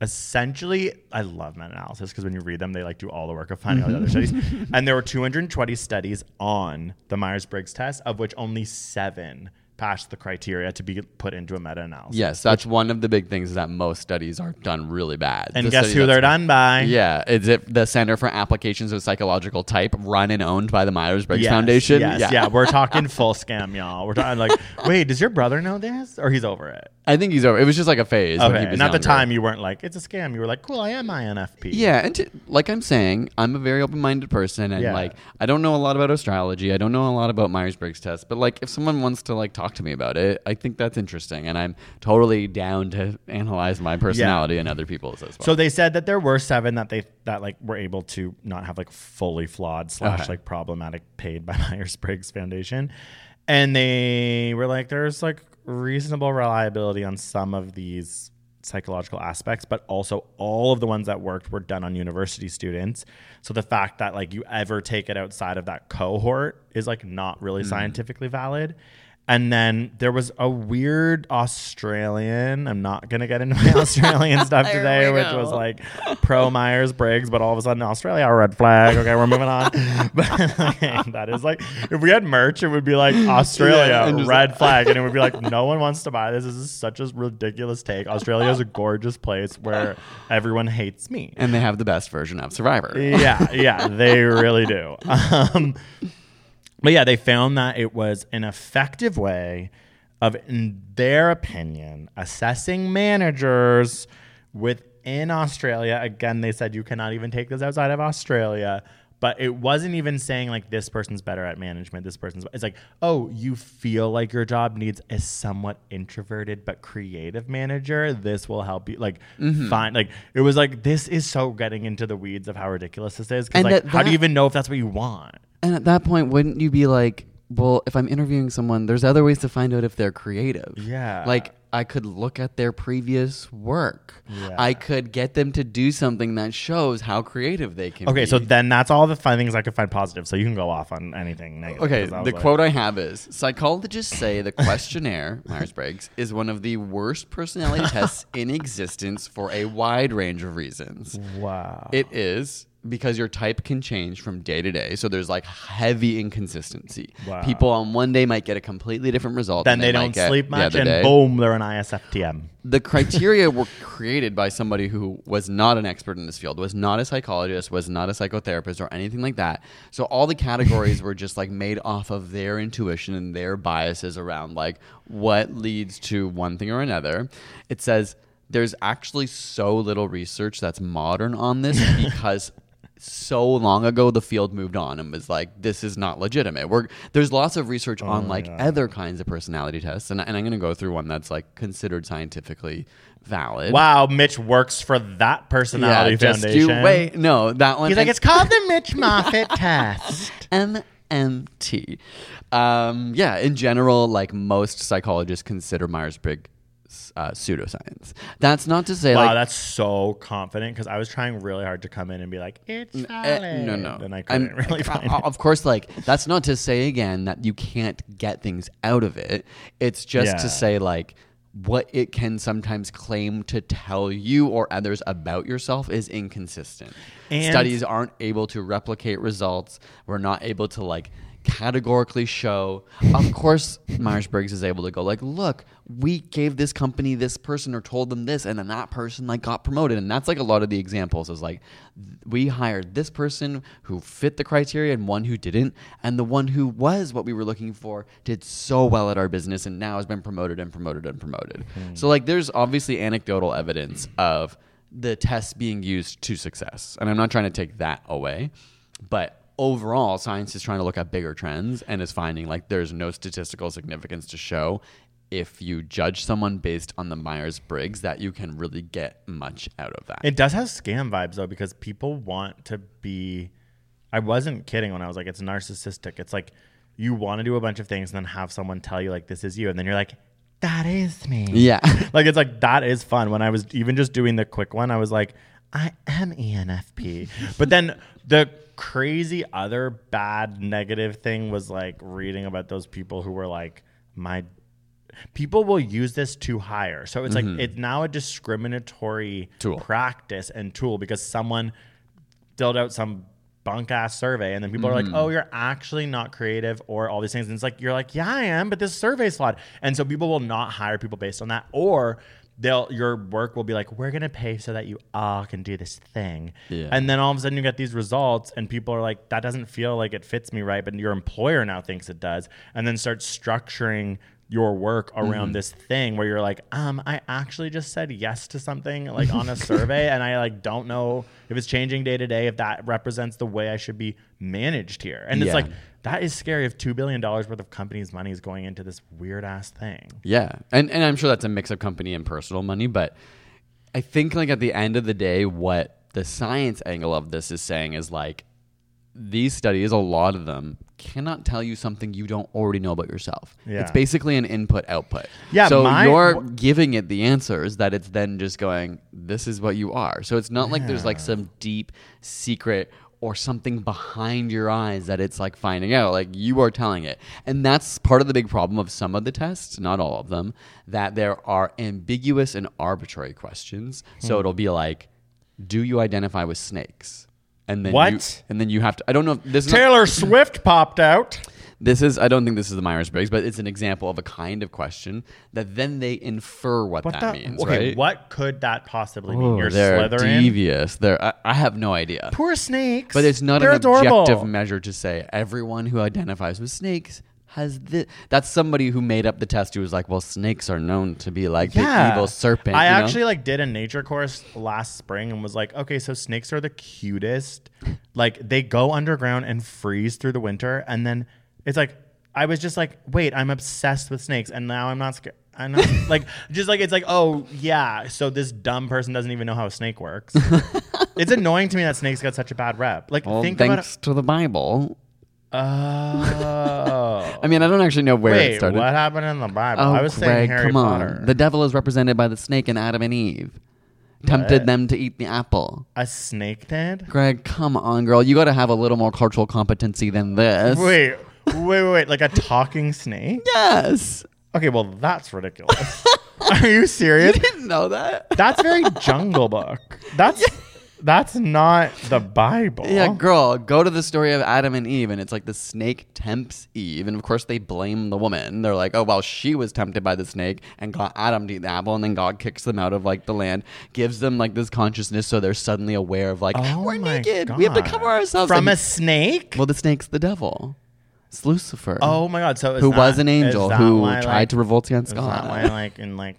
Speaker 3: essentially I love meta analysis because when you read them, they like do all the work of finding all the other
Speaker 2: Mm-hmm.
Speaker 3: studies. And there were 220 studies on the Myers Briggs test, of which only seven passed the criteria to be put into a meta analysis.
Speaker 2: Yes, that's one of the big things is that most studies are done really bad.
Speaker 3: And
Speaker 2: The
Speaker 3: guess
Speaker 2: study
Speaker 3: who
Speaker 2: that's-
Speaker 3: they're done by?
Speaker 2: Yeah, is it the Center for Applications of Psychological Type, run and owned by the Myers Briggs
Speaker 3: Yes,
Speaker 2: Foundation?
Speaker 3: Yes, yeah. We're talking full scam, y'all. We're talking like, wait, does your brother know this? Or he's over it.
Speaker 2: I think he's over. It was just like a phase. when
Speaker 3: Okay.
Speaker 2: he was
Speaker 3: And at the
Speaker 2: younger.
Speaker 3: time you weren't like, it's a scam. You were like, cool, I am INFP.
Speaker 2: Yeah, and to, like I'm saying, I'm a very open-minded person, and
Speaker 3: Yeah.
Speaker 2: like I don't know a lot about astrology. I don't know a lot about Myers Briggs test, but like if someone wants to like talk to me about it, I think that's interesting, and I'm totally down to analyze my personality and other people's as well.
Speaker 3: So they said that there were seven that they that like were able to not have like fully flawed slash
Speaker 2: Okay.
Speaker 3: like problematic paid by Myers Briggs Foundation, and they were like, there's like reasonable reliability on some of these psychological aspects, but also all of the ones that worked were done on university students. So the fact that like you ever take it outside of that cohort is like not really
Speaker 2: Hmm.
Speaker 3: scientifically valid. And then there was a weird Australian. I'm not gonna get into my Australian stuff
Speaker 4: There
Speaker 3: today,
Speaker 4: we
Speaker 3: which
Speaker 4: go.
Speaker 3: was like pro Myers Briggs, but all of a sudden Australia, a red flag. Okay, we're moving on. but like, that is like if we had merch, it would be like
Speaker 2: Yeah,
Speaker 3: Australia,
Speaker 2: and just
Speaker 3: red flag, and it would be like no one wants to buy this. This is such a ridiculous take. Australia is a gorgeous place where everyone hates me.
Speaker 2: and they have the best version of Survivor.
Speaker 3: Yeah, yeah, they really do. Um, but yeah, they found that it was an effective way of, in their opinion, assessing managers within Australia. Again, they said you cannot even take this outside of Australia. But it wasn't even saying like this person's better at management. This person's it's like oh you feel like your job needs a somewhat introverted but creative manager. This will help you like
Speaker 2: Mm-hmm.
Speaker 3: find like it was like this is so getting into the weeds of how ridiculous this is. 'Cause,
Speaker 2: And
Speaker 3: like
Speaker 2: that-
Speaker 3: how do you
Speaker 2: that-
Speaker 3: even know if that's what you want?
Speaker 2: And at that point, wouldn't you be like, well, if I'm interviewing someone, there's other ways to find out if they're creative.
Speaker 3: Yeah.
Speaker 2: Like, I could look at their previous work. I could get them to do something that shows how creative they can be.
Speaker 3: Okay, so then that's all the fun things I could find positive. So you can go off on anything negative.
Speaker 2: Okay,
Speaker 3: 'cause I was
Speaker 2: the
Speaker 3: like-
Speaker 2: quote I have is psychologists say the questionnaire, Myers Briggs, is one of the worst personality tests in existence for a wide range of reasons.
Speaker 3: Wow.
Speaker 2: It is because your type can change from day to day. So there's like heavy inconsistency.
Speaker 3: Wow.
Speaker 2: People on one day might get a completely different result.
Speaker 3: Then
Speaker 2: than
Speaker 3: they
Speaker 2: might
Speaker 3: don't
Speaker 2: get
Speaker 3: sleep
Speaker 2: the
Speaker 3: much,
Speaker 2: other
Speaker 3: and
Speaker 2: day.
Speaker 3: boom, they're an ISFTM.
Speaker 2: The criteria were created by somebody who was not an expert in this field, was not a psychologist, was not a psychotherapist, or anything like that. So all the categories were just like made off of their intuition and their biases around like what leads to one thing or another. It says there's actually so little research that's modern on this because so long ago the field moved on and was like this is not legitimate we're there's lots of research
Speaker 3: Oh,
Speaker 2: on like other kinds of personality tests and, and i'm going to go through one that's like considered scientifically valid
Speaker 3: Wow, Mitch works for that personality
Speaker 2: yeah, just you
Speaker 3: foundation.
Speaker 2: wait no that one
Speaker 3: He's like,
Speaker 2: and-
Speaker 3: it's called the Mitch Moffitt test.
Speaker 2: MMT. Um, yeah, in general, like most psychologists consider Myers Briggs uh, pseudoscience. That's not to say
Speaker 3: Wow,
Speaker 2: like
Speaker 3: that's so confident because I was trying really hard to come in and be like, it's
Speaker 2: Eh,
Speaker 3: valid.
Speaker 2: no, no.
Speaker 3: And I
Speaker 2: I'm-
Speaker 3: couldn't really
Speaker 2: uh,
Speaker 3: find it.
Speaker 2: Of course, like, that's not to say again that you can't get things out of it. It's just
Speaker 3: Yeah.
Speaker 2: to say, like, what it can sometimes claim to tell you or others about yourself is inconsistent.
Speaker 3: And-
Speaker 2: Studies aren't able to replicate results. We're not able to, like, categorically show. Of course, Myers Briggs is able to go, like, look, we gave this company this person or told them this, and then that person, like, got promoted. And that's, like, a lot of the examples is like, we hired this person who fit the criteria and one who didn't. And the one who was what we were looking for did so well at our business and now has been promoted and promoted and promoted. So, like, there's obviously anecdotal evidence of the test being used to success. And I'm not trying to take that away, but overall, science is trying to look at bigger trends and is finding like there's no statistical significance to show. If you judge someone based on the Myers Briggs, that you can really get much out of that.
Speaker 3: It does have scam vibes though, because people want to be. I wasn't kidding when I was like, it's narcissistic. It's like you want to do a bunch of things and then have someone tell you like this is you, and then you're like, that is me.
Speaker 2: yeah.
Speaker 3: Like it's like that is fun. When I was even just doing the quick one, I was like, I am E ENFP. but then the crazy other bad negative thing was like reading about those people who were like, my people will use this to hire. So it's like it's now a discriminatory
Speaker 2: Tool.
Speaker 3: practice and tool because someone filled out some bunk ass survey and then people are like, "Oh, you're actually not creative or all these things." And it's like you're like, "Yeah, I am, but this survey's flawed." And so people will not hire people based on that or They'll, your work will be like, we're gonna pay so that you all can do this thing,
Speaker 2: Yeah.
Speaker 3: and then all of a sudden you get these results, and people are like, that doesn't feel like it fits me right, but your employer now thinks it does, and then starts structuring your work around this thing where you're like, um, I actually just said yes to something like on a survey, and I like don't know if it's changing day to day, if that represents the way I should be managed here. And
Speaker 2: Yeah.
Speaker 3: it's like that is scary if two billion dollars worth of companies' money is going into this weird ass thing.
Speaker 2: Yeah. And and I'm sure that's a mix of company and personal money, but I think like at the end of the day what the science angle of this is saying is like these studies, a lot of them cannot tell you something you don't already know about yourself.
Speaker 3: Yeah.
Speaker 2: It's basically an input output.
Speaker 3: Yeah,
Speaker 2: So
Speaker 3: my-
Speaker 2: you're giving it the answers that it's then just going, this is what you are. So it's not like there's like some deep secret or something behind your eyes that it's like finding out. Like you are telling it. And that's part of the big problem of some of the tests, not all of them, that there are ambiguous and arbitrary questions.
Speaker 3: Hmm.
Speaker 2: So it'll be like, do you identify with snakes? And then You,
Speaker 3: What?
Speaker 2: and then you have to. I don't know. If this is not-
Speaker 3: Taylor Swift popped out.
Speaker 2: this is. I don't think this is the Myers Briggs, but it's an example of a kind of question that then they infer what, Oh, that
Speaker 3: the-
Speaker 2: means.
Speaker 3: okay,
Speaker 2: right?
Speaker 3: what could that possibly mean?
Speaker 2: Ooh,
Speaker 3: You're
Speaker 2: they're
Speaker 3: Slytherin.
Speaker 2: devious. They're. I, I have no idea.
Speaker 3: Poor snakes.
Speaker 2: But it's not
Speaker 3: They're
Speaker 2: an
Speaker 3: adorable.
Speaker 2: objective measure to say everyone who identifies with snakes has this. That's somebody who made up the test who was like, well, snakes are known to be like the evil serpent.
Speaker 3: I
Speaker 2: you know?
Speaker 3: actually like did a nature course last spring and was like, okay, so snakes are the cutest. Like they go underground and freeze through the winter, and then it's like I was just like, wait, I'm obsessed with snakes, and now I'm not scared. I'm not like just like it's like oh yeah, so this dumb person doesn't even know how a snake works. it's annoying to me that snakes got such a bad rep. Like
Speaker 2: Well,
Speaker 3: think
Speaker 2: thanks
Speaker 3: about
Speaker 2: to the Bible.
Speaker 3: oh
Speaker 2: I mean, I don't actually know where it
Speaker 3: wait,
Speaker 2: started.
Speaker 3: what happened in the Bible?
Speaker 2: Oh,
Speaker 3: I was
Speaker 2: Greg,
Speaker 3: saying Harry
Speaker 2: come
Speaker 3: Potter.
Speaker 2: on. The devil is represented by the snake in Adam and Eve. Tempted them to eat the apple.
Speaker 3: a snake did.
Speaker 2: Greg, come on, girl. You got to have a little more cultural competency than this.
Speaker 3: Wait, wait, wait, wait. Like a talking snake?
Speaker 2: Yes.
Speaker 3: Okay, well, that's ridiculous. Are you serious?
Speaker 2: Didn't know that.
Speaker 3: That's very Jungle Book. That's that's not the Bible.
Speaker 2: Yeah, girl, go to the story of Adam and Eve, and it's like the snake tempts Eve, and of course they blame the woman. They're like, "Oh, well, she was tempted by the snake and got Adam to eat the apple, and then God kicks them out of like the land, gives them like this consciousness, so they're suddenly aware of like
Speaker 3: Oh
Speaker 2: we're
Speaker 3: my
Speaker 2: naked, we have to
Speaker 3: God.
Speaker 2: cover ourselves
Speaker 3: from
Speaker 2: And-
Speaker 3: a snake.
Speaker 2: Well, the snake's the devil. It's Lucifer.
Speaker 3: oh my God! So is
Speaker 2: who
Speaker 3: that-
Speaker 2: was an
Speaker 3: is
Speaker 2: angel
Speaker 3: that
Speaker 2: who
Speaker 3: why,
Speaker 2: tried
Speaker 3: like-
Speaker 2: to revolt against
Speaker 3: Is that
Speaker 2: God.
Speaker 3: why, like in like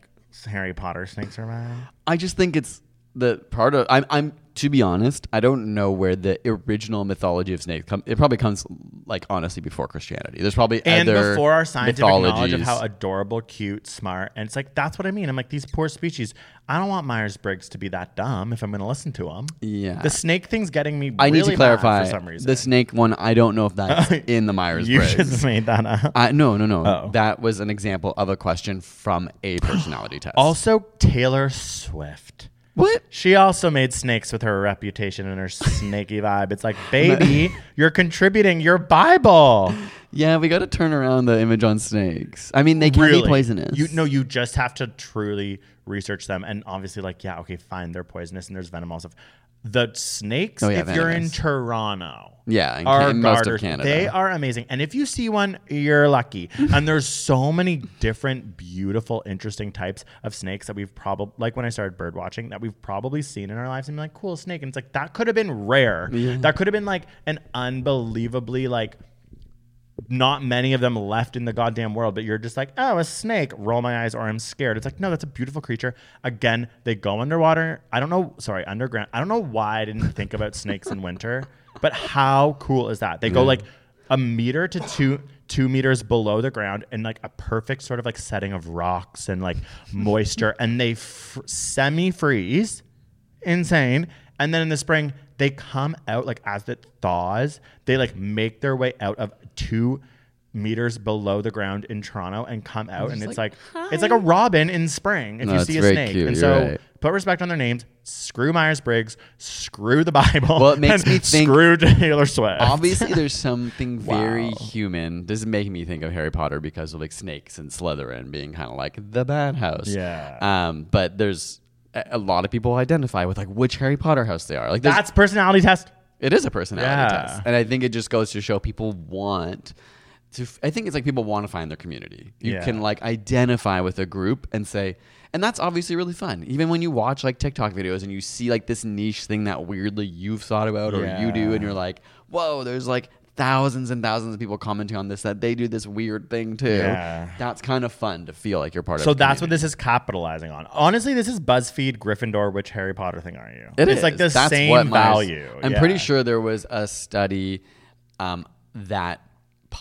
Speaker 3: Harry Potter, snakes are bad?
Speaker 2: I just think it's the part of I'm I'm to be honest, I don't know where the original mythology of snakes come. It probably comes like honestly before Christianity. There's probably
Speaker 3: and
Speaker 2: other
Speaker 3: before our scientific knowledge of
Speaker 2: mythologies.
Speaker 3: how adorable, cute, smart, and it's like that's what I mean. I'm like these poor species. I don't want Myers Briggs to be that dumb if I'm going to listen to him.
Speaker 2: Yeah.
Speaker 3: the snake thing's getting me.
Speaker 2: I need
Speaker 3: really mad
Speaker 2: to clarify
Speaker 3: for some reason.
Speaker 2: the snake one. I don't know if that's in the Myers
Speaker 3: you
Speaker 2: Briggs.
Speaker 3: just made that up.
Speaker 2: I, no, no, no.
Speaker 3: Oh.
Speaker 2: That was an example of a question from a personality test.
Speaker 3: Also, Taylor Swift.
Speaker 2: what?
Speaker 3: She also made snakes with her reputation and her snaky vibe. It's like, baby, you're contributing your Bible.
Speaker 2: Yeah, we got to turn around the image on snakes. I mean, they can
Speaker 3: really
Speaker 2: be poisonous.
Speaker 3: You no, you just have to truly research them, and obviously, like, yeah, okay, fine, they're poisonous and there's venom also. The snakes,
Speaker 2: Oh, yeah,
Speaker 3: if you're in
Speaker 2: venomous.
Speaker 3: Toronto,
Speaker 2: Yeah, in
Speaker 3: are
Speaker 2: Ca- in most of
Speaker 3: garters.
Speaker 2: Canada.
Speaker 3: They are amazing, and if you see one, you're lucky. and there's so many different, beautiful, interesting types of snakes that we've probably, like when I started bird watching, that we've probably seen in our lives, and been like, cool snake, and it's like that could have been rare. That could have been like an unbelievably like not many of them left in the goddamn world, but you're just like, oh, a snake, roll my eyes, or I'm scared. It's like, no, that's a beautiful creature. Again, they go underwater. I don't know, sorry, underground. I don't know why I didn't think about snakes in winter, but how cool is that? They go like a meter to two two meters below the ground in like a perfect sort of like setting of rocks and like moisture, and they fr- semi freeze insane. And then in the spring, they come out like as it thaws, they like make their way out of two meters below the ground in Toronto and come out, and it's like, it's like a robin in spring if
Speaker 2: No,
Speaker 3: you
Speaker 2: it's
Speaker 3: see a
Speaker 2: very
Speaker 3: snake.
Speaker 2: cute,
Speaker 3: and
Speaker 2: you're
Speaker 3: so
Speaker 2: right.
Speaker 3: put respect on their names. Screw Myers Briggs. Screw the Bible.
Speaker 2: Well, it makes
Speaker 3: and
Speaker 2: me think-
Speaker 3: Screw Taylor Swift.
Speaker 2: Obviously, there's something very human. This is making me think of Harry Potter because of like snakes and Slytherin being kind of like the bad house.
Speaker 3: Yeah.
Speaker 2: Um, but there's a a lot of people identify with like which Harry Potter house they are. Like there's-
Speaker 3: That's personality test.
Speaker 2: It is a personality
Speaker 3: Yeah.
Speaker 2: test, and I think it just goes to show people want to. f- I think it's like people want to find their community. You
Speaker 3: Yeah.
Speaker 2: can like identify with a group and say, and that's obviously really fun. Even when you watch like TikTok videos and you see like this niche thing that weirdly you've thought about or you do, and you're like, whoa, there's like thousands and thousands of people commenting on this that they do this weird thing too.
Speaker 3: Yeah.
Speaker 2: That's kind of fun to feel like you're part
Speaker 3: So
Speaker 2: of. a
Speaker 3: that's what
Speaker 2: community.
Speaker 3: this is capitalizing on. Honestly, this is BuzzFeed, Gryffindor, which Harry Potter thing are you?
Speaker 2: It
Speaker 3: it's
Speaker 2: is.
Speaker 3: like the
Speaker 2: That's
Speaker 3: same
Speaker 2: what my-
Speaker 3: value.
Speaker 2: I'm
Speaker 3: Yeah.
Speaker 2: pretty sure there was a study um, that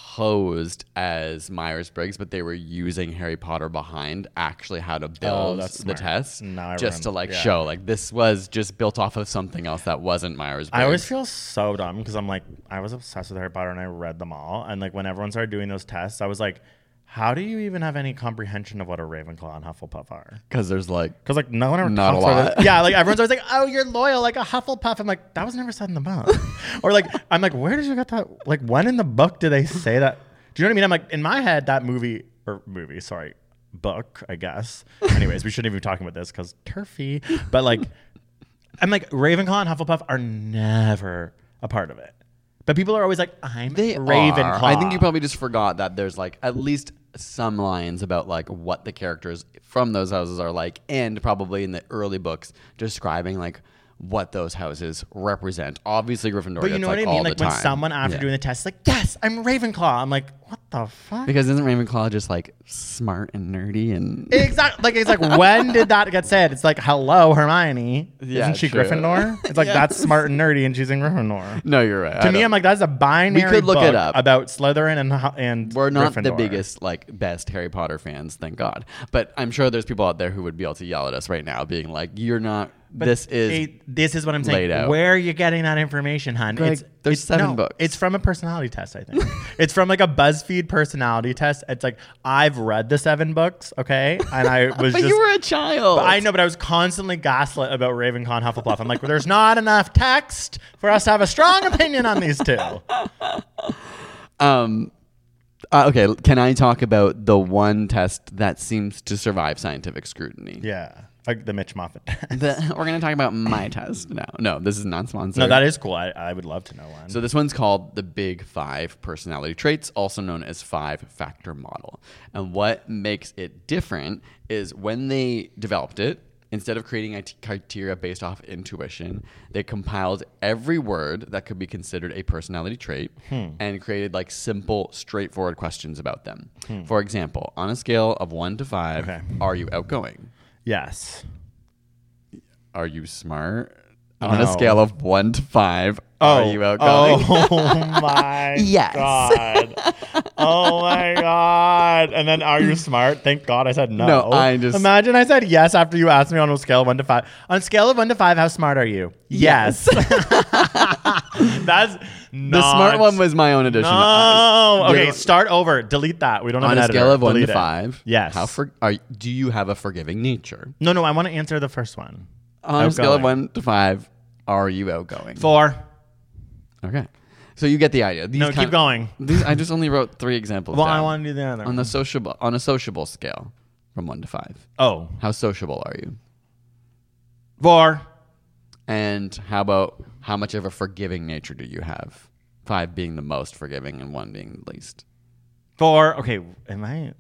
Speaker 2: posed as Myers Briggs, but they were using Harry Potter behind actually how to build
Speaker 3: Oh, that's
Speaker 2: the
Speaker 3: smart.
Speaker 2: test,
Speaker 3: Now I
Speaker 2: just to
Speaker 3: remember.
Speaker 2: like
Speaker 3: Yeah.
Speaker 2: show like this was just built off of something else that wasn't Myers Briggs.
Speaker 3: I always feel so dumb because I'm like, I was obsessed with Harry Potter and I read them all. And like when everyone started doing those tests, I was like, how do you even have any comprehension of what a Ravenclaw and Hufflepuff are?
Speaker 2: because there's like
Speaker 3: Because like no one ever
Speaker 2: Not
Speaker 3: talks
Speaker 2: a
Speaker 3: about
Speaker 2: lot.
Speaker 3: this. Yeah, like everyone's always like, "Oh, you're loyal, like a Hufflepuff." I'm like, that was never said in the book. or like, I'm like, where did you get that? Like, when in the book do they say that? Do you know what I mean? I'm like, in my head, that movie or movie, sorry, book, I guess. Anyways, we shouldn't even be talking about this because turfy. But like, I'm like, Ravenclaw and Hufflepuff are never a part of it. But people are always like, I'm
Speaker 2: they
Speaker 3: Ravenclaw.
Speaker 2: Are. I think you probably just forgot that there's like at least some lines about like what the characters from those houses are like, and probably in the early books describing like what those houses represent. Obviously, Gryffindor.
Speaker 3: But you
Speaker 2: that's,
Speaker 3: know
Speaker 2: like,
Speaker 3: what I
Speaker 2: all
Speaker 3: mean?
Speaker 2: the
Speaker 3: Like when
Speaker 2: time.
Speaker 3: someone after
Speaker 2: Yeah.
Speaker 3: doing the test is like, yes, I'm Ravenclaw. I'm like, what the fuck?
Speaker 2: because isn't Ravenclaw just like smart and nerdy and
Speaker 3: Exactly. Like it's like when did that get said? It's like hello Hermione.
Speaker 2: Yeah,
Speaker 3: Isn't she
Speaker 2: true.
Speaker 3: Gryffindor? It's like that's smart and nerdy, and she's in Gryffindor.
Speaker 2: no, you're right.
Speaker 3: to me, I'm like that's a binary.
Speaker 2: We could look it
Speaker 3: book
Speaker 2: up.
Speaker 3: about Slytherin and ho- and
Speaker 2: We're not the
Speaker 3: Gryffindor.
Speaker 2: biggest, like, best Harry Potter fans, thank God. But I'm sure there's people out there who would be able to yell at us right now, being like, "You're not. this is
Speaker 3: It- this is what I'm saying.
Speaker 2: laid out.
Speaker 3: Where are you getting that information, hon?
Speaker 2: Greg, there's seven books.
Speaker 3: It's from a personality test, I think. it's from like a BuzzFeed personality test. It's like I've read the seven books, okay, and I was.
Speaker 2: But
Speaker 3: just,
Speaker 2: you were a child.
Speaker 3: But I know, but I was constantly gaslit about Ravenclaw and Hufflepuff. I'm like, well, there's not enough text for us to have a strong opinion on these two.
Speaker 2: Um, uh, okay, l- can I talk about the one test that seems to survive scientific scrutiny?
Speaker 3: Yeah, like the Mitch Moffat.
Speaker 2: The- we're going to talk about my test now. No, this is not sponsored.
Speaker 3: no, that is cool. I, I would love to know one.
Speaker 2: So this one's called the Big Five Personality Traits, also known as Five Factor Model. And what makes it different is when they developed it, instead of creating a t- criteria based off intuition, they compiled every word that could be considered a personality trait
Speaker 3: Hmm.
Speaker 2: and created like simple, straightforward questions about them. For example, on a scale of one to five,
Speaker 3: Hmm. Okay.
Speaker 2: are you outgoing?
Speaker 3: yes.
Speaker 2: Are you smart? On a
Speaker 3: No.
Speaker 2: scale of one to five, are you outgoing?
Speaker 3: Oh my
Speaker 2: Yes.
Speaker 3: god. Oh my god. And then are you smart? Thank God I said no.
Speaker 2: No, I just-
Speaker 3: Imagine I said yes after you asked me on a scale of 1 to 5. On a scale of 1 to 5, how smart are you? Yes. That's
Speaker 2: The
Speaker 3: not
Speaker 2: smart one was my own addition.
Speaker 3: No.
Speaker 2: You're-
Speaker 3: Oh, Okay, start over. Delete that. We don't have
Speaker 2: on
Speaker 3: an
Speaker 2: a
Speaker 3: editor.
Speaker 2: scale of one
Speaker 3: Delete
Speaker 2: to
Speaker 3: it.
Speaker 2: five,
Speaker 3: Yes.
Speaker 2: how for, are, do you have a forgiving nature?
Speaker 3: no, no, I want to answer the first one.
Speaker 2: On a scale of
Speaker 3: Outgoing.
Speaker 2: one to five, are you outgoing?
Speaker 3: 4.
Speaker 2: Okay, so you get the idea. These
Speaker 3: No,
Speaker 2: kind-
Speaker 3: keep going.
Speaker 2: These, I just only wrote three examples.
Speaker 3: Well,
Speaker 2: down.
Speaker 3: I want to do the other.
Speaker 2: on
Speaker 3: one.
Speaker 2: the sociable on a sociable scale from one to five.
Speaker 3: oh,
Speaker 2: How sociable are you?
Speaker 3: 4.
Speaker 2: And how about how much of a forgiving nature do you have? Five being the most forgiving and one being the least.
Speaker 3: 4. Okay, am I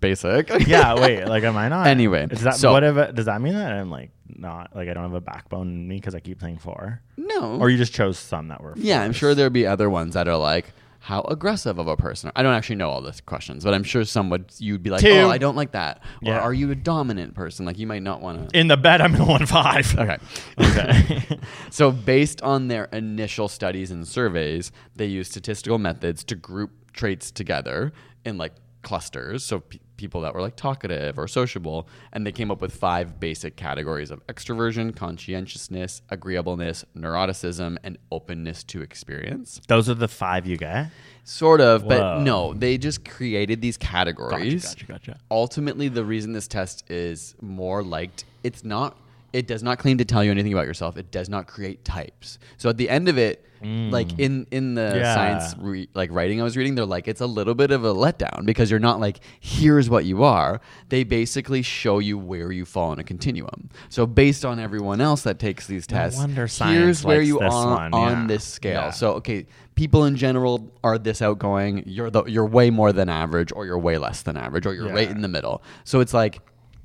Speaker 2: Basic.
Speaker 3: yeah, wait. Like, am I not?
Speaker 2: Anyway,
Speaker 3: is that
Speaker 2: so-
Speaker 3: what? If, does that mean that I'm like not like I don't have a backbone in me because I keep playing four?
Speaker 2: No.
Speaker 3: Or you just chose some that were?
Speaker 2: Mm. Yeah, I'm sure there'd be other ones that are like, how aggressive of a person? I don't actually know all the questions, but I'm sure some would you'd be like,
Speaker 3: Two.
Speaker 2: oh, I don't like that. Or
Speaker 3: Yeah.
Speaker 2: are you a dominant person? Like you might not want to.
Speaker 3: In the bed, I'm in one five.
Speaker 2: Okay.
Speaker 3: Okay.
Speaker 2: So based on their initial studies and surveys, they used statistical methods to group traits together in like clusters. So pe people that were like talkative or sociable, and they came up with five basic categories of extroversion, conscientiousness, agreeableness, neuroticism, and openness to experience.
Speaker 3: Those are the five you get.
Speaker 2: Sort of, but
Speaker 3: Whoa.
Speaker 2: no, they just created these categories.
Speaker 3: gotcha, gotcha.
Speaker 2: Ultimately, the reason this test is more liked, it's not It does not claim to tell you anything about yourself. It does not create types. So at the end of it, like in in the
Speaker 3: Mm. Yeah.
Speaker 2: science re- like writing I was reading, they're like it's a little bit of a letdown because you're not like here's what you are. They basically show you where you fall on a continuum. So based on everyone else that takes these tests,
Speaker 3: wonder
Speaker 2: here's
Speaker 3: science
Speaker 2: where
Speaker 3: likes
Speaker 2: you
Speaker 3: this
Speaker 2: are
Speaker 3: one,
Speaker 2: on
Speaker 3: yeah.
Speaker 2: this scale.
Speaker 3: Yeah.
Speaker 2: So okay, people in general are this outgoing. You're the you're way more than average, or you're way less than average, or you're right in the middle. So it's like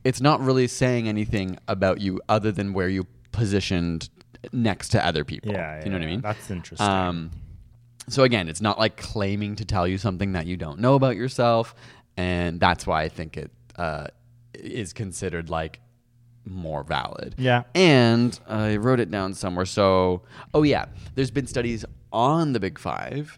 Speaker 2: it's not really saying anything about you other than where you positioned next to other people.
Speaker 3: Yeah, yeah,
Speaker 2: you know what I
Speaker 3: yeah.
Speaker 2: mean.
Speaker 3: That's interesting.
Speaker 2: Um, so again, it's not like claiming to tell you something that you don't know about yourself, and that's why I think it uh, is considered like more valid.
Speaker 3: Yeah.
Speaker 2: And I wrote it down somewhere. So, oh yeah, there's been studies on the Big Five,